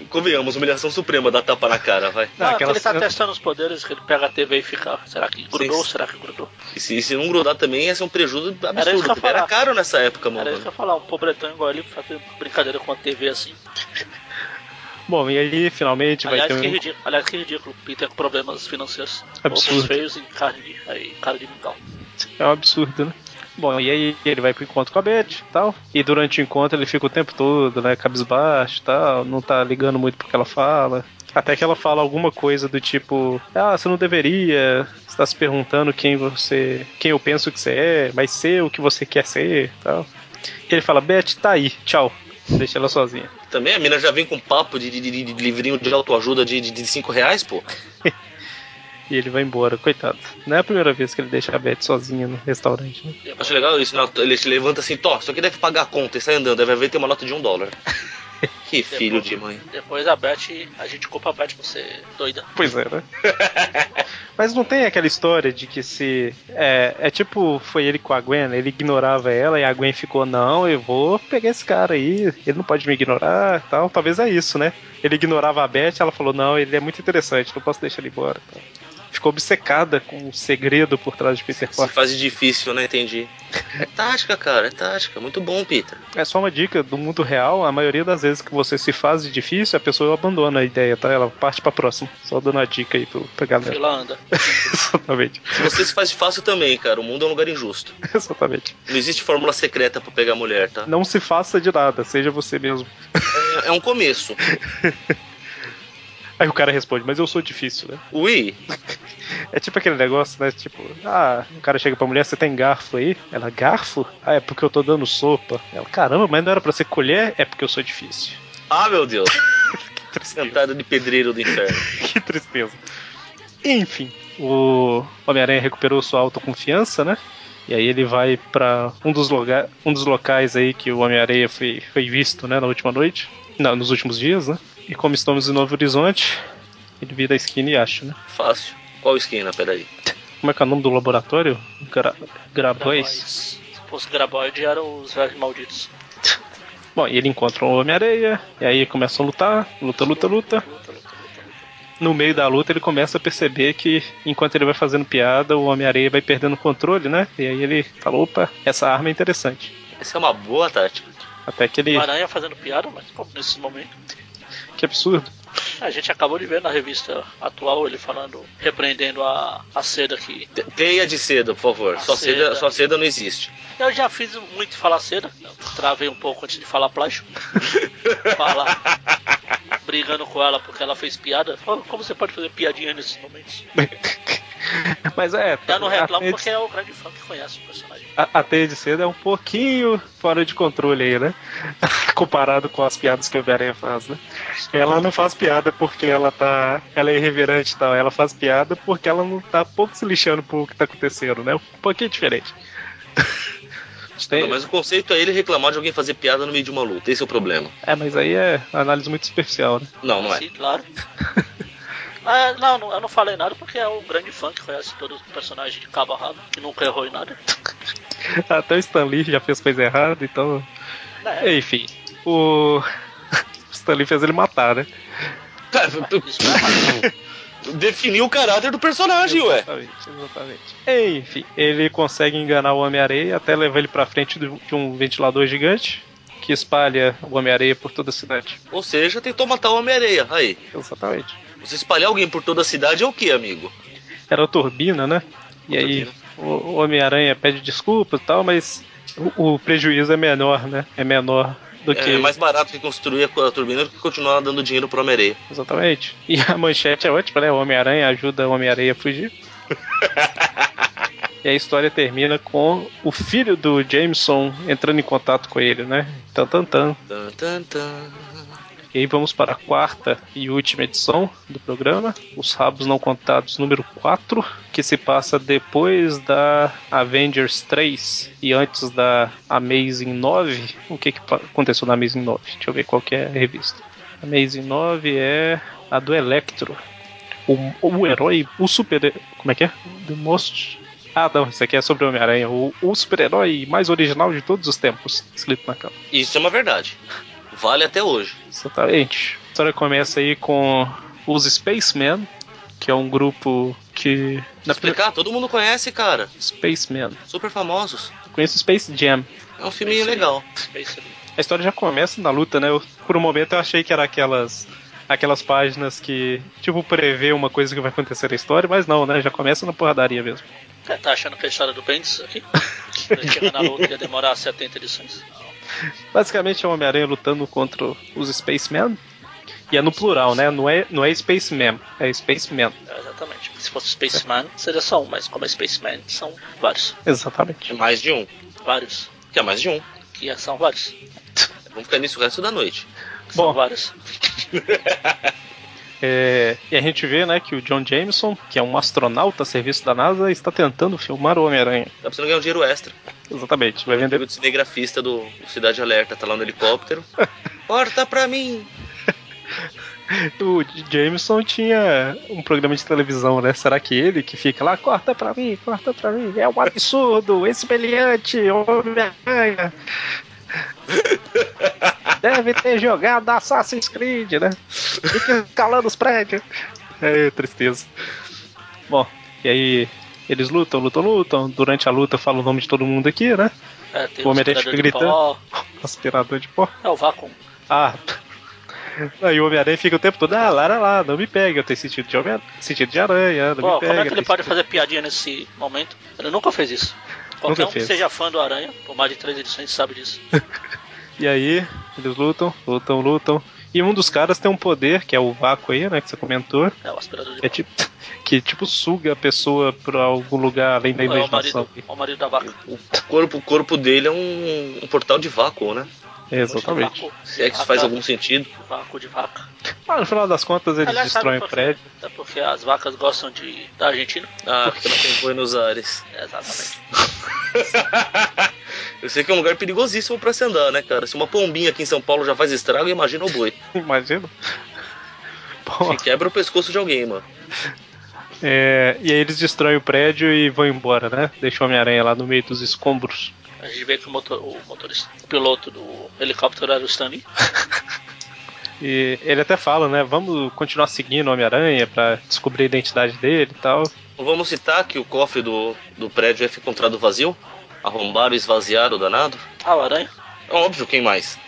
Convenhamos, humilhação suprema da tapa na cara, vai.
Não,
Ah,
é que
aquela
ele tá
cena-
testando os poderes, que ele pega a TV e fica. "Ah, Será que grudou?
sim.
Será que grudou?
E se, se não grudar também, ia ser um prejuízo absurdo.
Era isso que eu ia
porque Era,
falar.
caro nessa época, mano.
Era isso que eu ia falar, um pobretão igual ele fazer brincadeira com a TV assim.
Bom, e aí finalmente vai
Aliás,
ter
que
um.
ridículo. Aliás, que ridículo. Peter com problemas financeiros.
Absurdo.
Outros feios em carne de, aí, cara de mingau.
É um absurdo, né? Bom, e aí ele vai pro encontro com a Beth e tal. E durante o encontro ele fica o tempo todo, né? Cabisbaixo e tal. Não tá ligando muito pro que ela fala. Até que ela fala alguma coisa do tipo: Ah, você não deveria. Você tá se perguntando quem você. Quem eu penso que você é. Mas ser o que você quer ser e tal. E ele fala: Beth, tá aí. Tchau. Deixa ela sozinha.
Também a mina já vem com papo de, de- de- de livrinho de autoajuda de 5 de, cinco reais, pô.
E ele vai embora, coitado. Não é a primeira vez que ele deixa a Beth sozinha no restaurante, né?
Acho legal isso, né? ele se levanta assim, Tó, isso aqui deve pagar a conta e sai andando, aí vai ver tem uma nota de um dólar. que filho de mãe.
Depois a Beth, a gente culpa a Beth por ser doida.
Pois é, né? Mas não tem aquela história de que se. É, é tipo, foi ele com a Gwen, ele ignorava ela e a Gwen ficou, não, eu vou pegar esse cara aí, ele não pode me ignorar tal. Talvez é isso, né? Ele ignorava a Beth, ela falou, não, ele é muito interessante, não posso deixar ele embora. tal. Ficou obcecada com o segredo por trás de Peter
Essa
Parker.
fase difícil, né? Entendi. É tática, cara, é tática. Muito bom, Peter.
É só uma dica do mundo real, a maioria das vezes que você se faz de difícil, a pessoa abandona a ideia, tá? Ela parte pra próxima. Só dando a dica aí pro, pra galera.
Fila anda.
Exatamente.
Se você se faz de fácil também, cara, o mundo é um lugar injusto.
Exatamente.
Não existe fórmula secreta pra pegar mulher, tá?
Não se faça de nada, seja você mesmo.
É, é um começo.
Aí o cara responde, mas eu sou difícil, né?
Ui,
É tipo aquele negócio, né? Tipo, ah, o cara chega pra mulher, você tem garfo aí? Ela, garfo? Ah, é porque eu tô dando sopa. Ela, caramba, mas não era pra ser colher? É porque eu sou difícil.
ah, meu Deus.
Que tristeza.
Cantada de pedreiro do inferno.
que tristeza. Enfim, o Homem-Aranha recuperou sua autoconfiança, né? E aí ele vai pra um dos, loga- um dos locais aí que o Homem-Aranha foi, foi visto, né, na última noite. Não, nos últimos dias, né? E como estamos em Novo Horizonte, ele vira a esquina e acha, né?
Fácil. Qual esquina? Peraí.
Como é que é o nome do laboratório? Gra Grabois.
Graboides. Se fosse Graboide, eram os velhos malditos.
Bom, e ele encontra o Homem-Areia, e aí começam a lutar, luta, luta, luta.
Luta, luta, luta, luta.
No meio da luta ele começa a perceber que enquanto ele vai fazendo piada, o Homem-Areia vai perdendo o controle, né? E aí ele fala, opa, essa arma é interessante.
Essa é uma boa tática.
Até que ele.
O Aranha fazendo piada, mas pô, nesse momento.
Que absurdo.
A gente acabou de ver na revista atual ele falando, repreendendo a, a seda que.
Te- Teia de seda, por favor.
A
Só seda,
seda.
só seda não existe.
Eu já fiz muito falar seda, eu travei um pouco antes de falar plágio. falar. Brigando com ela porque ela fez piada. Fala, Como você pode fazer piadinha nesses momentos?
Mas é.
Já não
a
reclamo
Tênis-
porque é o grande fã que conhece o personagem.
a, a teia de seda é um pouquinho fora de controle aí, né? Comparado com as piadas que o Homem-Aranha faz, né? Ela não faz piada porque ela tá. Ela é irreverente e tal. Ela faz piada porque ela não tá pouco se lixando pro que tá acontecendo, né? Um pouquinho diferente. Tem-
Não, mas o conceito é ele reclamar de alguém fazer piada no meio de uma luta. Esse é o problema.
É, mas aí é análise muito superficial, né?
Não, não é.
Sim, claro. Ah, não, não, eu não falei nada porque é o grande fã que conhece todos os personagens de cabo a rabo, que nunca errou em nada.
Até o Stan Lee já fez coisa errada, então.
É,
Enfim. O. o Stan Lee fez ele matar, né?
isso não é errado.
Definiu o caráter do personagem, ué.
Exatamente, exatamente. Enfim, ele consegue enganar o Homem-Areia até levar ele pra frente do- de um ventilador gigante que espalha o Homem-Areia por toda a cidade.
Ou seja, tentou matar o Homem-Areia. Aí,
Exatamente.
você espalhar alguém por toda a cidade é o que, amigo?
Era a turbina, né? E aí
Turbina.
o o Homem-Aranha pede desculpas e tal, mas o, o prejuízo é menor, né? É menor do que.
É mais barato que construir a turbina do que continuar dando dinheiro pro Homem-Areia.
Exatamente. E a manchete é ótima, né? O Homem-Aranha ajuda o Homem-Areia a fugir. e a história termina com o filho do Jameson entrando em contato com ele, né? Tan, tan, tan.
Tan, tan, tan.
E aí vamos para a quarta e última edição do programa, Os Rabos Não Contados número 4, que se passa depois da Avengers 3 e antes da Amazing 9. O que, que pa- aconteceu na Amazing 9? Deixa eu ver qual que é a revista. Amazing 9 é a do Electro. O, o herói, o super... Como é que é? The Most... Ah, não, isso aqui é sobre o Homem-Aranha. O, o super-herói mais original de todos os tempos, escrito na capa.
Isso é uma verdade. Vale até hoje.
Exatamente. A história começa aí com os Spacemen, que é um grupo que. Na primeira.
Explicar, todo mundo conhece, cara.
Spacemen.
Super famosos.
Eu conheço Space Jam.
É um filminho legal.
Space Lee.
A história já começa na luta, né? Eu- por um momento eu achei que era aquelas. Aquelas páginas que, tipo, prevê uma coisa que vai acontecer na história, mas não, né? Já começa na porradaria mesmo.
Você tá achando que a história do Bendis aqui? Ele chega na luta ia demorar 70 edições?
Basicamente é o Homem-Aranha lutando contra os Spacemen. E é no plural, né? Não é, não é Spaceman, é Spaceman.
É, exatamente. Se fosse Spaceman, seria só um, mas como é Spaceman, são vários.
Exatamente.
É mais de um.
Vários.
Que é mais de um.
Que é- são vários.
Vamos ficar nisso o resto da noite.
São
Bom.
vários.
É, e a gente vê, né, que o John Jameson, que é um astronauta a serviço da NASA, está tentando filmar o Homem-Aranha.
Tá precisando ganhar um dinheiro extra.
Exatamente, vai
Amigo
vender.
do cinegrafista do Cidade Alerta, tá lá no helicóptero. Corta pra mim!
O Jameson tinha um programa de televisão, né? Será que ele que fica lá, corta pra mim, corta pra mim, é um absurdo, esse brilhante, Homem-Aranha. Deve ter jogado Assassin's Creed, né? Fica calando os prédios. É, tristeza. Bom, e aí eles lutam, lutam, lutam. Durante a luta eu falo o nome de todo mundo aqui, né?
É, tem
O
o
Homem-Aranha
aspirador
fica
de pó.
Aspirador de pó.
É o vácuo.
Ah. Aí o Homem-Aranha fica o tempo todo, ah, lá, lá, lá, não me pega, eu tenho sentido de, homem sentido de aranha, não
Pô,
me pega.
como é que ele
tenho
pode
sentido-
fazer piadinha nesse momento? Ele nunca fez isso. Qualquer
Nunca
um
fez.
que seja fã do Aranha, por mais de três edições, sabe disso.
E aí, eles lutam, lutam, lutam. E um dos caras tem um poder, que é o vácuo aí, né, que você comentou,
É o aspirador de
é
pó.
tipo, que tipo suga a pessoa pra algum lugar além da
É o
imaginação.
marido, é o marido da vaca.
O corpo, o corpo dele é um, um portal de vácuo, né?
tá
É, exatamente.
Vácuo,
Se é que isso
vaca,
tá.
faz algum sentido.
de Vácuo de vaca.
Mas no final das contas, eles
Aliás, sabe
destroem o
por quê?
um prédio.
Até porque as vacas gostam de da Argentina.
Ah, porque ela tem Buenos Aires.
É, Exatamente.
Eu sei que é um lugar perigosíssimo pra se andar, né, cara? Se uma pombinha aqui em São Paulo já faz estrago, imagina o boi.
Imagina. Bom,
Que quebra o pescoço de alguém, mano.
é, e aí eles destroem o prédio e vão embora, né? Deixam o Homem-Aranha lá no meio dos escombros.
A gente vê que o, motor, o motorista, o piloto do helicóptero era o Stanley.
E ele até fala, né? Vamos continuar seguindo o Homem-Aranha pra descobrir a identidade dele e tal.
Então Vamos citar que o cofre do, do prédio F encontrado vazio? Arrombaram e esvaziaram o danado?
Ah, o Aranha?
É Óbvio, quem mais?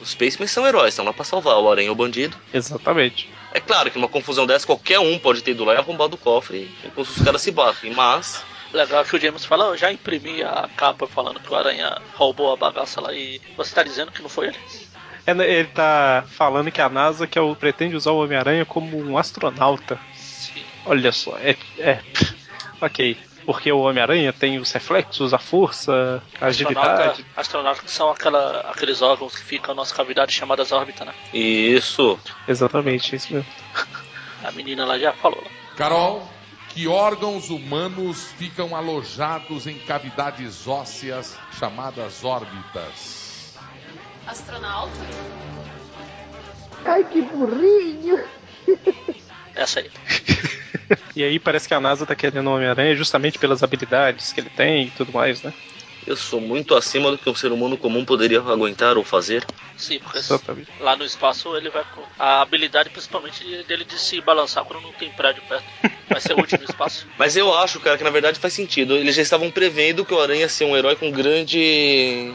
Os Spacemen são heróis, estão lá pra salvar o Aranha e o Bandido.
Exatamente.
É claro que numa confusão dessa, qualquer um pode ter ido lá e arrombado o cofre, enquanto os caras se batem. Mas,
Legal que o James fala, "Ah, eu já imprimi a capa falando que o Aranha roubou a bagaça lá e você tá dizendo que não foi ele?
É, né, Ele tá falando que a NASA que é o- pretende usar o Homem-Aranha como um astronauta.
Sim.
Olha só, é, é, Ok. Porque o Homem-Aranha tem os reflexos, a força, a
Astronauta,
agilidade.
astronauta são aquela, aqueles órgãos que ficam na nossa cavidade chamadas órbita, né?
Isso.
Exatamente, isso mesmo.
A menina lá já falou. né?
Carol, que órgãos humanos ficam alojados em cavidades ósseas chamadas órbitas?
Astronauta?
Essa aí.
E aí parece que a NASA tá querendo o Homem-Aranha justamente pelas habilidades que ele tem e tudo mais, né?
Eu sou muito acima do que um ser humano comum poderia aguentar ou fazer.
Sim, porque
Exatamente.
lá no espaço ele vai com a habilidade principalmente dele de se balançar quando não tem prédio perto. Vai ser útil no espaço.
Mas eu acho, cara, que na verdade faz sentido. Eles já estavam prevendo que o Aranha ia ser um herói com grande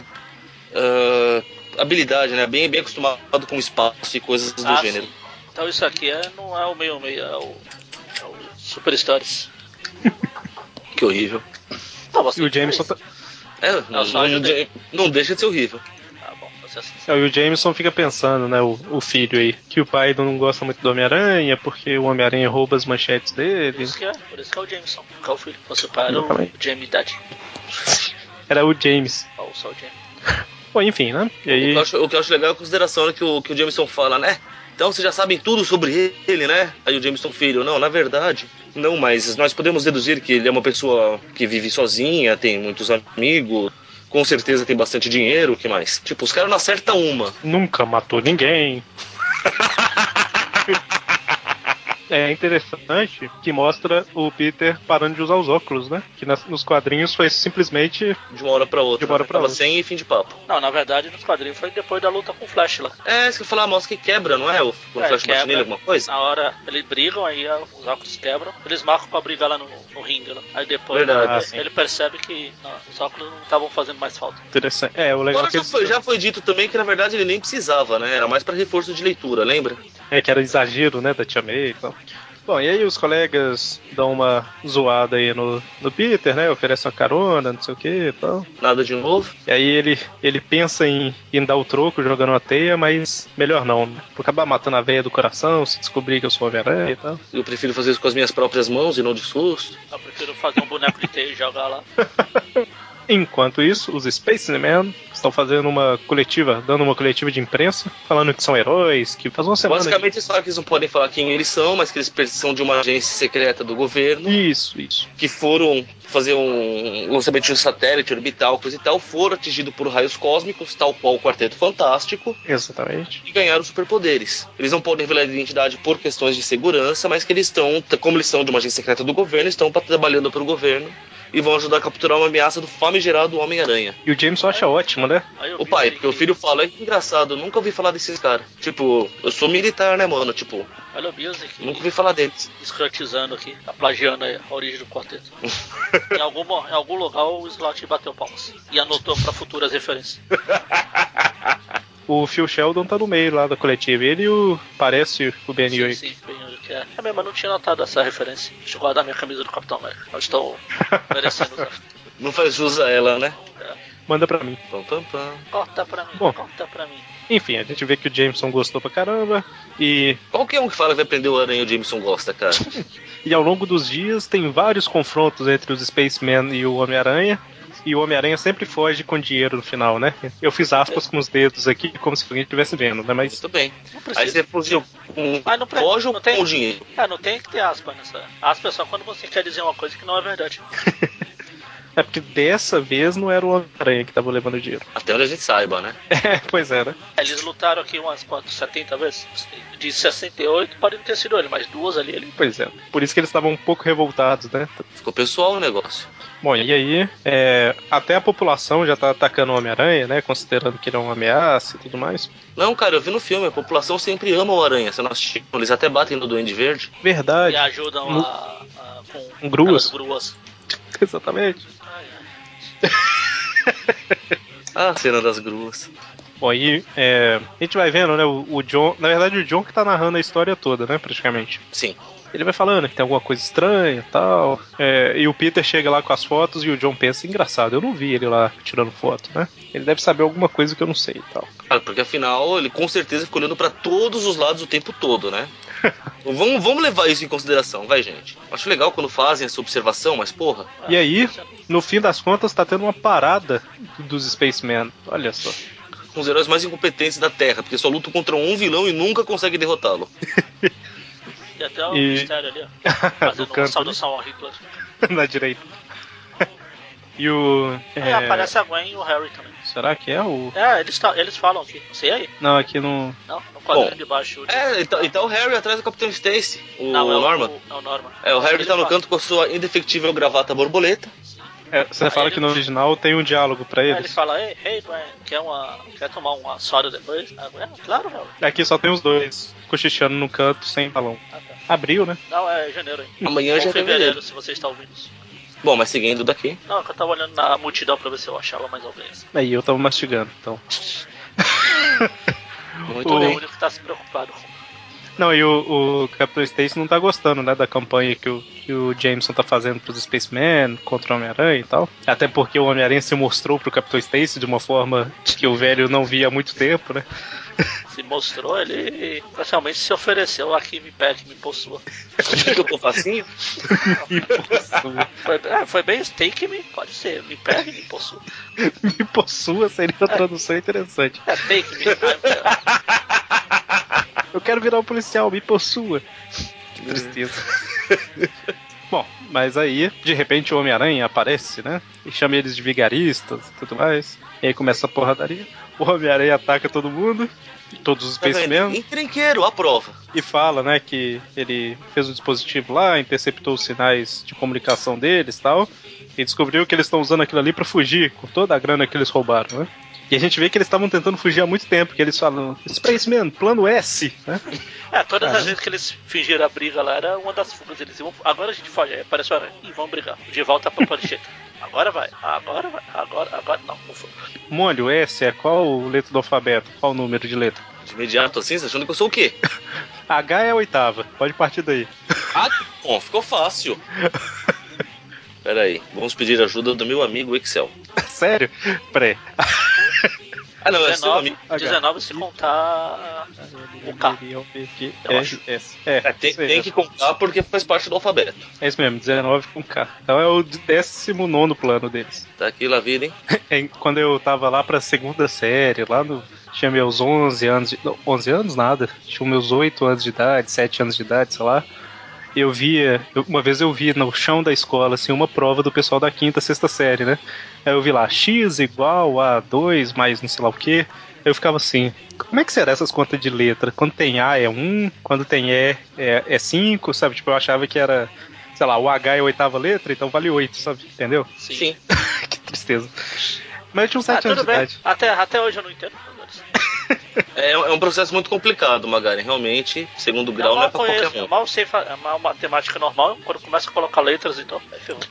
ah, habilidade, né? Bem, bem acostumado com espaço e coisas do
Ah,
gênero.
sim. Então isso aqui é, não é o meio meio, é o, é o Super Stories.
Que horrível.
Então, você
E o Jameson,
fez.
tá-
É,
Eu
não,
só ajudei.
não- não deixa de ser horrível.
Ah, bom, você assiste.
É, e o Jameson fica pensando, né, o, o filho aí, que o pai não gosta muito do Homem-Aranha, porque o Homem-Aranha rouba as manchetes
Por
dele.
isso que é, por isso que é o Jameson. Que é o filho que você para o
Exatamente.
Jamie Dad.
Era o James.
Ou só o Jamie.
Bom, enfim, né? E
O que,
aí,
eu acho, o que eu acho legal é a consideração né, que, o, que o Jameson fala, né? Então vocês já sabem tudo sobre ele, né? Aí o Jameson filho, não, na verdade, não, mas nós podemos deduzir que ele é uma pessoa que vive sozinha, tem muitos amigos, com certeza tem bastante dinheiro, o que mais? Tipo, os caras não acertam uma.
nunca matou ninguém. É interessante que mostra o Peter parando de usar os óculos, né? Que nas- nos quadrinhos foi simplesmente.
De uma hora pra outra. né?
De uma hora pra
Tava
outra.
sem e fim de papo.
Não, na verdade, nos quadrinhos foi depois da luta com o Flash lá.
É, isso que eu falar, a mosca que quebra, não é? Ah, O, quando
É,
o Flash bate
quebra.
nele, alguma coisa?
Na hora eles brigam, aí ah, os óculos quebram. Eles marcam pra brigar lá no, no ringue lá. Aí depois é,
Verdade.
Ah, sim.
ele, ele percebe que não, os óculos não estavam fazendo mais falta.
Interessante. É, o legal é
Agora
que,
já
eles-
foi, já foi dito também que na verdade ele nem precisava, né? Era mais pra reforço de leitura, lembra?
é que era exagero, né? Da Tia May e tal. Bom, e aí os colegas dão uma zoada aí no, no Peter, né? Oferecem uma carona, não sei o que e tal.
Nada de novo.
E aí ele, ele pensa em, em dar o troco jogando uma teia, mas melhor não. né? Vou acabar matando a veia do coração, se descobrir que eu sou Homem-Aranha e tal.
Eu prefiro fazer isso com as minhas próprias mãos e não de susto.
Eu prefiro fazer um boneco de teia e jogar lá.
Enquanto isso, os Spacemen estão fazendo uma coletiva, dando uma coletiva de imprensa, falando que são heróis, que faz uma semana.
Basicamente, eles falam que eles não podem falar quem eles são, mas que eles precisam de uma agência secreta do governo,
Isso, isso.
que foram fazer um lançamento de um satélite orbital, coisa e tal, foram atingidos por raios cósmicos, tal qual o Quarteto Fantástico,
Exatamente.
e ganharam superpoderes. Eles não podem revelar a identidade por questões de segurança, mas que eles estão, como eles são de uma agência secreta do governo, estão pa- trabalhando para o governo e vão ajudar a capturar uma ameaça do famigerado Homem-Aranha.
E o James acha ótimo, né?
Aí eu
O
vi
pai,
assim
porque o
que-
filho fala, é que engraçado, nunca ouvi falar desses caras. Tipo, eu sou militar, né, mano? Tipo,
Olha o Music
nunca ouvi falar deles.
escrotizando aqui, tá plagiando aí a origem do quarteto. em, algum, mo- em algum lugar o Slot bateu palmas e anotou pra futuras referências.
O Phil Sheldon tá no meio lá da coletiva. Ele e o. Parece o Ben
Sim,
Ewing.
sim, bem, olha que é. É mesmo, eu não tinha notado essa referência. Deixa eu guardar minha camisa do Capitão América. Eu estou merecendo usar.
Não faz jus a ela, né?
Manda pra mim.
Pam, pam, pam.
Corta pra mim,
Bom.
corta pra mim.
Enfim, a gente vê que o Jameson gostou pra caramba. E,
Qualquer um que fala que vai prender o aranha, o Jameson gosta, cara.
e ao longo dos dias tem vários confrontos entre os Spacemen e o Homem-Aranha. E o Homem-Aranha sempre foge com dinheiro no final, né? Eu fiz aspas com os dedos aqui, como se alguém estivesse vendo, né? Mas.
Muito bem.
Não
Aí
precisa.
você fugiu com
Ah, é- não pre-
foge
um
não
ou
tem-
com o dinheiro.
Ah, não tem que ter aspa nessa. Aspa é só quando você quer dizer uma coisa que não é verdade.
É porque dessa vez não era o Homem-Aranha que tava levando o dinheiro.
Até onde a gente saiba, né?
É, pois era.
Eles lutaram aqui umas quantas, 70 vezes? De 68 pode não ter sido ele, mas duas ali ele.
Pois é. Por isso que eles estavam um pouco revoltados, né?
Ficou pessoal o negócio.
Bom, e aí, é, até a população já tá atacando o Homem-Aranha, né? Considerando que ele é uma ameaça e tudo mais.
Não, cara, eu vi no filme, a população sempre ama o aranha. Você não assistiu? Eles até batem no Duende Verde.
E
Verdade,
ajudam
No-
a, a- com
Com gruas.
aquelas gruas.
exatamente.
Ai, ai.
Ah, cena das gruas.
Bom, aí é, a gente vai vendo, né? O, o John. Na verdade, o John que tá narrando a história toda, né? Praticamente.
Sim.
Ele vai falando que tem alguma coisa estranha e tal. é, e o Peter chega lá com as fotos e o John pensa: engraçado, eu não vi ele lá tirando foto, né? Ele deve saber alguma coisa que eu não sei e tal.
Cara, porque afinal ele com certeza ficou olhando pra todos os lados o tempo todo, né? Vamos, vamos levar isso em consideração, vai, gente. Acho legal quando fazem essa observação, mas porra.
E aí, no fim das contas, tá tendo uma parada dos Spaceman. Olha só.
Com os heróis mais incompetentes da Terra, porque só lutam contra um vilão e nunca consegue derrotá-lo.
E até o
E-
mistério ali, ó.
Do
Fazendo uma
campo, né?
saudação ao Hitler.
Na direita. E o.
Aí
é,
aparece a Gwen e o Harry também.
Será que é o.
É, eles, ta- eles falam aqui. Não sei aí.
Não, aqui não.
Não, no quadrinho
Bom.
de baixo. tipo,
É, e tá, e tá o Harry atrás do Capitão Stacy, o
não, é o
Norman.
O, é o Norman.
É, o Harry
Ele
tá no
fala-
canto com a sua indefectível gravata borboleta.
é, você fala que no original tem um diálogo pra
Aí eles
eles.
falam, ei, hey, Gwen, quer, uma, quer tomar uma soda depois? A Gwen, claro, Harry.
Aqui É só tem os dois cochichando no canto sem balão.
Ah, tá.
Abriu, né?
Não, é janeiro ainda.
Amanhã
Ou
já é
fevereiro,
fevereiro.
se você está ouvindo isso.
Bom, mas seguindo daqui.
Não, é que eu tava olhando na multidão pra ver se eu achava mais alguém. Assim.
Aí eu tava mastigando, então.
Muito
Tô
Ô.
é o
bem.
único que tá se preocupado com.
Não, e o, o Capitão Stacy não tá gostando, né, da campanha que o, que o Jameson tá fazendo pros Spaceman contra o Homem-Aranha e tal. Até porque o Homem-Aranha se mostrou pro Capitão Stacy de uma forma que o velho não via há muito tempo, né?
Se mostrou, ele praticamente se ofereceu aqui, me pegue, me possua. Tipo assim,
Fica com o facinho.
Foi, é, foi bem isso, take me, pode ser, me pegue, me possua.
Me possua seria uma tradução interessante.
É, take me, I'm-
Eu quero virar um policial, me possua. Que tristeza. Bom, mas aí, de repente, o Homem-Aranha aparece, né? E chama eles de vigaristas e tudo mais. E aí começa a porradaria. O Homem-Aranha ataca todo mundo, todos os
Tá vendo?
Spacemen.
Encrenqueiro, a prova.
e fala, né, que ele fez um dispositivo lá, interceptou os sinais de comunicação deles e tal, e descobriu que eles estão usando aquilo ali pra fugir com toda a grana que eles roubaram, né? E a gente vê que eles estavam tentando fugir há muito tempo, que eles falam, Spaceman, plano S, né?
É, todas
Caramba.
as vezes que eles fingiram a briga lá, era uma das fugas. Eles iam, agora a gente foge, aí aparece o aranha, e vamos brigar. De volta pra Pancheta. Agora vai, agora vai, agora, agora não, não foi.
Mônio, S é qual letra do alfabeto? Qual o número de letra?
De imediato assim, você achando que eu sou o quê?
H é a oitava, pode partir daí.
Ah, bom, ficou fácil. Peraí, vamos pedir ajuda do meu amigo Excel.
Sério? Peraí.
Ah, não, é seu
19,
amigo.
19 se contar Ah, o K.
É, S. É,
É, tem,
isso aí.
tem que contar porque faz parte do alfabeto.
É isso mesmo, 19 com K. Então é o 19 plano deles.
Tá aqui lá, vida, hein?
Em- quando eu tava lá pra segunda série, lá no. Tinha meus 11 anos. De, não, 11 anos nada. Tinha meus 8 anos de idade, 7 anos de idade, sei lá. Eu via. eu- uma vez eu vi no chão da escola, assim, uma prova do pessoal da quinta, sexta série, né? Aí eu vi lá, x igual a 2 mais não sei lá o quê. Eu ficava assim, como é que será essas contas de letra? Quando tem A é 1, quando tem E é, é 5, sabe? Tipo, eu achava que era, sei lá, o H é a oitava letra, então vale 8, sabe? Entendeu?
Sim.
que tristeza. Mas eu tinha uns
Ah,
7 anos de
tudo bem.
idade.
Até, até hoje eu não entendo. pelo menos.
É, é um processo muito complicado, Magaren. Realmente, segundo grau
eu
não é
mal
pra qualquer
conheço, eu
um.
mal sei fa- é mal matemática normal, quando começa a colocar letras então, é ferrou.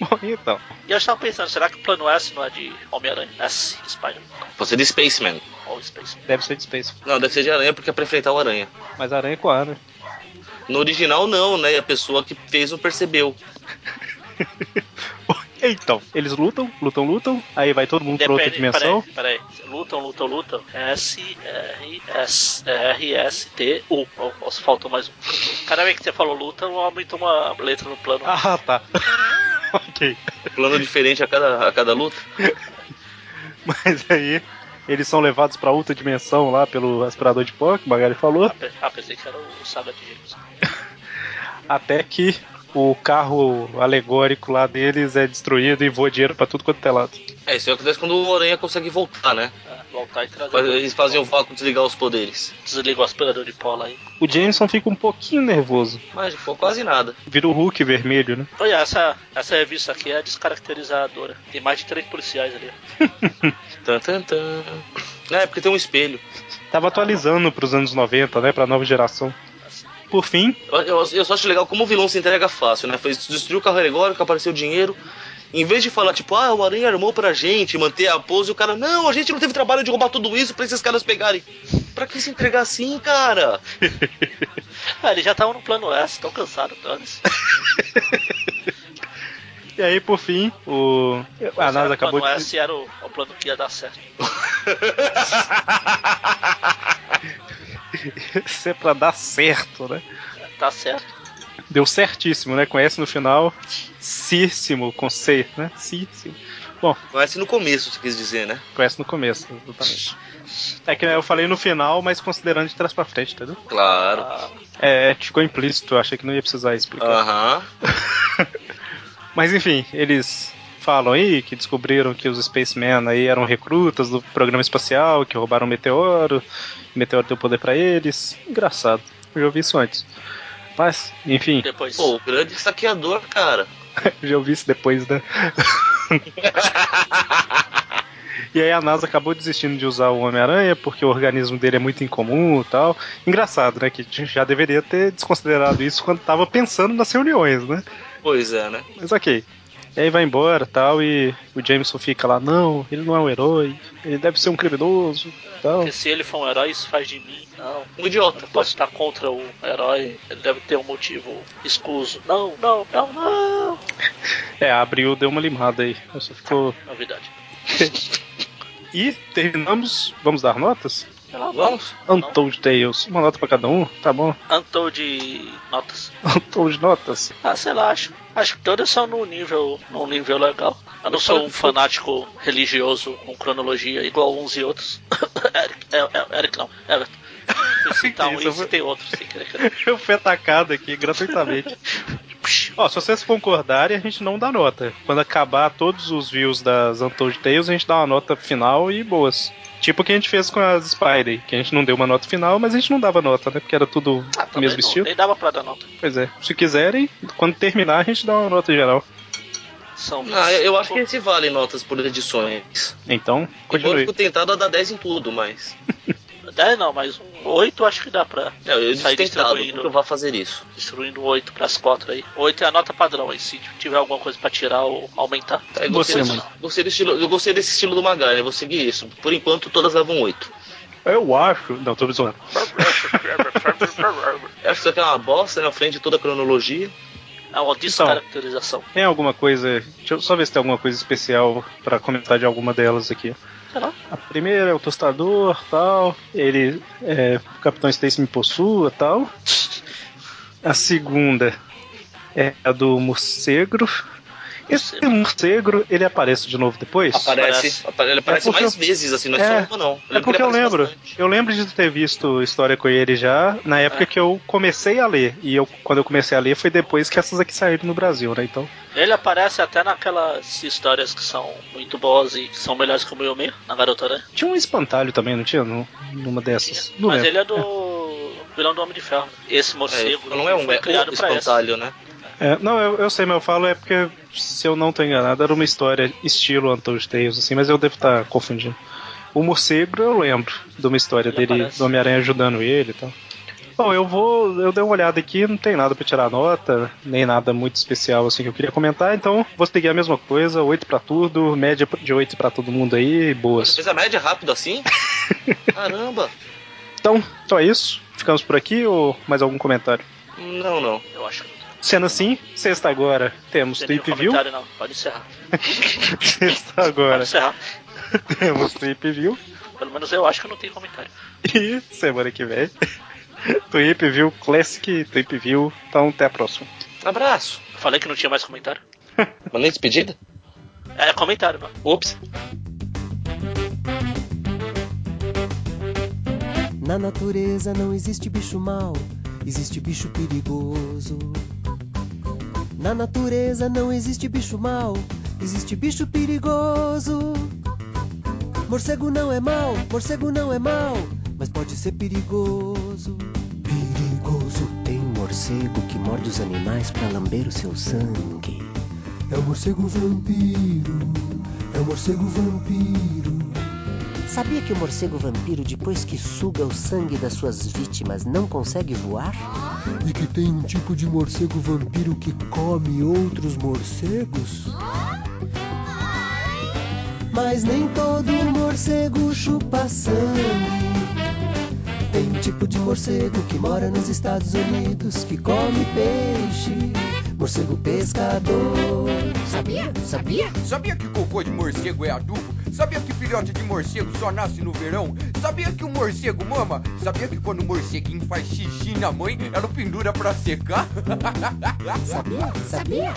Bom, então.
E eu estava pensando, será que o plano S não é de Homem-Aranha? S, Spider,
um. Você é de Spaceman.
ou Space.
Deve ser de Space.
Não, deve ser de aranha porque é pra enfrentar o aranha.
Mas aranha com A, né?
No original, não, né? A pessoa que fez não percebeu.
Então, eles lutam, lutam, lutam. Aí vai todo mundo pra outra dimensão.
Peraí, peraí. Lutam, lutam, lutam. S, R, S, R, S, T, U. Ou, ou se faltou mais um. Cada vez que você falou luta, aumenta uma letra no plano.
Ah, tá. ok.
Plano diferente a cada, a cada luta.
Mas aí eles são levados pra outra dimensão lá pelo aspirador de pó, que o Magali falou.
Ah, pe- Ah, pensei que era o Saga de James.
Até que o carro alegórico lá deles é destruído e voa dinheiro pra tudo quanto é lado.
É, isso acontece quando o aranha consegue voltar, né?
Ah, voltar e trazer.
Faz- Eles fazem o vácuo desligar os poderes.
Desliga o aspirador de pó lá aí.
O Jameson fica um pouquinho nervoso.
Mas ficou quase nada.
Vira o Hulk vermelho, né?
Olha, essa, essa revista aqui é descaracterizadora. Tem mais de três policiais ali.
Tan, tan, tan. É, porque tem um espelho.
Tava atualizando pros anos 90, né? Pra nova geração. Por fim,
Eu, eu- eu só acho legal como o vilão se entrega fácil, né? Fez, destruiu o carro alegórico, apareceu o dinheiro. Em vez de falar, tipo, ah, o Aranha armou pra gente manter a pose, o cara, não, a gente não teve trabalho de roubar tudo isso pra esses caras pegarem. Pra que se entregar assim, cara?
Ah, eles já estavam no plano S, tão cansado, dane-se.
E aí, por fim, o.
é
A NASA Ah, acabou
O plano
de.
S né? era o, o plano que ia dar certo.
Isso é pra dar certo, né?
Tá certo.
Deu certíssimo, né? Com S no final. Císsimo, com C, né? Císsimo.
Conhece no começo, você quis dizer, né?
Com S no começo, exatamente. É que eu falei no final, mas considerando de trás pra frente, entendeu?
Claro.
Ah,
É, ficou implícito, eu achei que não ia precisar explicar.
Aham.
Mas enfim, eles falam aí que descobriram que os Spacemen aí eram recrutas do programa espacial, que roubaram um meteoro, o meteoro deu poder pra eles. Engraçado, eu já ouvi isso antes. Mas, enfim,
depois.
Pô, o grande saqueador, cara.
já ouvi isso depois, né? E aí a NASA acabou desistindo de usar o Homem-Aranha porque o organismo dele é muito incomum e tal. Engraçado, né? Que a gente já deveria ter desconsiderado isso quando tava pensando nas reuniões, né?
Pois é, né?
Mas ok. E aí vai embora tal, e o Jameson fica lá, não, ele não é um herói, ele deve ser um criminoso tal.
Porque se ele for um herói, isso faz de mim. Não.
Um
Eu
idiota.
não posso estar contra o herói. Ele deve ter um motivo escuso. Não, não, não, não.
É, abriu, deu uma limada aí. Só ficou.
Novidade.
E terminamos, vamos dar notas?
Sei lá,
Vamos?
Untold Tales, uma nota pra cada um, tá bom?
Antou de notas.
Untold Notas.
Ah, sei lá, acho, acho que todas são num nível, num nível legal. Eu não sou um fanático religioso com cronologia igual uns e outros. Eric, é, é, Eric não, Everton. Fui citar um
Isso,
e citei outro, sem querer. querer.
Eu fui atacado aqui gratuitamente. Ó, se vocês concordarem, a gente não dá nota. Quando acabar todos os views das Untold Tales, a gente dá uma nota final e boas. Tipo o que a gente fez com as Spider, que a gente não deu uma nota final, mas a gente não dava nota, né? Porque era tudo
Ah,
o
também
mesmo
não,
estilo.
nem dava pra dar nota.
Pois é. Se quiserem, quando terminar, a gente dá uma nota geral.
São
Ah, eu, eu acho que esse vale notas por edições.
Então,
Embora eu
continue.
fico tentado a dar 10 em tudo, mas.
10 não, mas um 8 acho que dá pra
É,
sair
eu estou tentado,
distribuindo,
nunca vá fazer isso.
distribuindo 8 pras 4 aí. 8 é a nota padrão aí, se tiver alguma coisa pra tirar ou aumentar.
Tá, eu,
Você,
gostei desse, gostei do estilo, eu gostei desse estilo do Magalha, eu vou seguir isso. Por enquanto, todas levam 8.
Eu acho. Não, tô me zoando.
Essa aqui é uma bosta, né? À frente de toda a cronologia.
É uma descaracterização.
Tem alguma coisa. Deixa eu só ver se tem alguma coisa especial pra comentar de alguma delas aqui.
Sei lá.
A primeira é o tostador, tal. Ele. é, o Capitão Stacy me possua, tal. A segunda é a do morcego. Esse
Morcego.
morcego, ele aparece de novo depois?
Aparece.
é
apare- Ele aparece
porque
mais
eu-
vezes, assim, não é,
É.
só uma, não.
É porque eu
Ele aparece
lembro.
bastante.
Eu lembro de ter visto história com ele já na época
É.
que eu comecei a ler. E eu, quando eu comecei a ler foi depois que essas aqui saíram no Brasil, né? Então.
Ele aparece até naquelas histórias que são muito boas e que são melhores que o meu meio, na garota, né?
Tinha um espantalho também, não tinha? Num- Numa dessas. Não
Mas
lembro.
ele é do vilão do Homem de Ferro. Esse
É,
morcego
não é um
foi
é
criado
o
pra essa.
espantalho, né?
É, não, eu, eu sei, mas eu falo é porque, se eu não tô enganado, era uma história estilo Untold Tales, assim, mas eu devo estar confundindo. O morcego eu lembro de uma história
Ele
dele,
aparece.
do Homem-Aranha ajudando ele e tal. Bom, eu vou. Eu dei uma olhada aqui, não tem nada pra tirar nota, nem nada muito especial assim que eu queria comentar, então vou seguir a mesma coisa, 8 pra tudo, média de 8 pra todo mundo aí,
Você
boas.
fez a média rápido assim? Caramba!
Então, então é isso. Ficamos por aqui ou mais algum comentário?
Não, não.
Eu acho que não
Sendo assim, sexta agora temos
tem nenhum
Tweep View.
comentário, não. Pode encerrar.
Sexta
Pode
agora
encerrar.
temos Tweep View.
Pelo menos eu acho que não tem comentário.
E semana que vem. Tweep View Classic, Tweep View. Então até a próxima.
Abraço!
Eu falei que não tinha mais comentário.
Mandei despedida?
É comentário, não.
Ops!
Na natureza não existe bicho mau, existe bicho perigoso. Na natureza não existe bicho mau, existe bicho perigoso. Morcego não é mau, morcego não é mau, mas pode ser perigoso. Perigoso tem um morcego que morde os animais para lamber o seu sangue. É o morcego vampiro, é o morcego vampiro. Sabia que o morcego vampiro, depois que suga o sangue das suas vítimas, não consegue voar? E que tem um tipo de morcego vampiro que come outros morcegos? Mas nem todo morcego chupa sangue. Tem um tipo de morcego que mora nos Estados Unidos que come peixe. Morcego pescador. Sabia? Sabia?
Sabia que cocô de morcego é adubo Sabia que filhote de morcego só nasce no verão? Sabia que o morcego mama? Sabia que quando o morceguinho faz xixi na mãe, ela pendura pra secar?
Sabia? Sabia?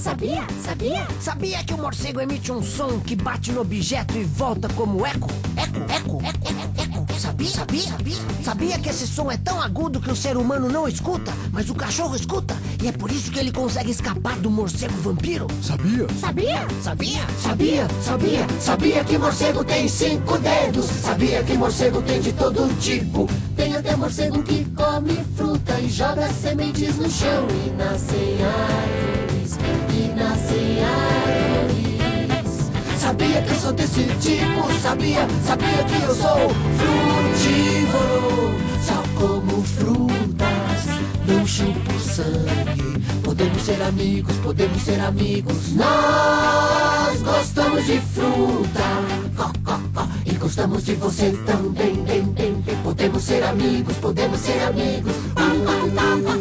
Sabia? Sabia? Sabia que o morcego emite um som que bate no objeto e volta como eco? Eco, eco, eco, eco, eco. Sabia? Sabia? Sabia que esse som é tão agudo que o ser humano não escuta, mas o cachorro escuta? E é por isso que ele consegue escapar do morcego vampiro?
Sabia?
Sabia? Sabia? Sabia? Sabia? Sabia que morcego tem cinco dedos? Sabia que morcego tem de todo tipo? Tem até morcego que come fruta e joga sementes no chão e nascem árvores, e nascem árvores. Sabia que eu sou desse tipo? Sabia? Sabia que eu sou frutívoro? Só como frutas, não chupo um sangue. Podemos ser amigos, podemos ser amigos. Nós gostamos de fruta. Có, có, có. E gostamos de você também. Bem, bem, bem. Podemos ser amigos, podemos ser amigos. Ah, ah, ah, ah.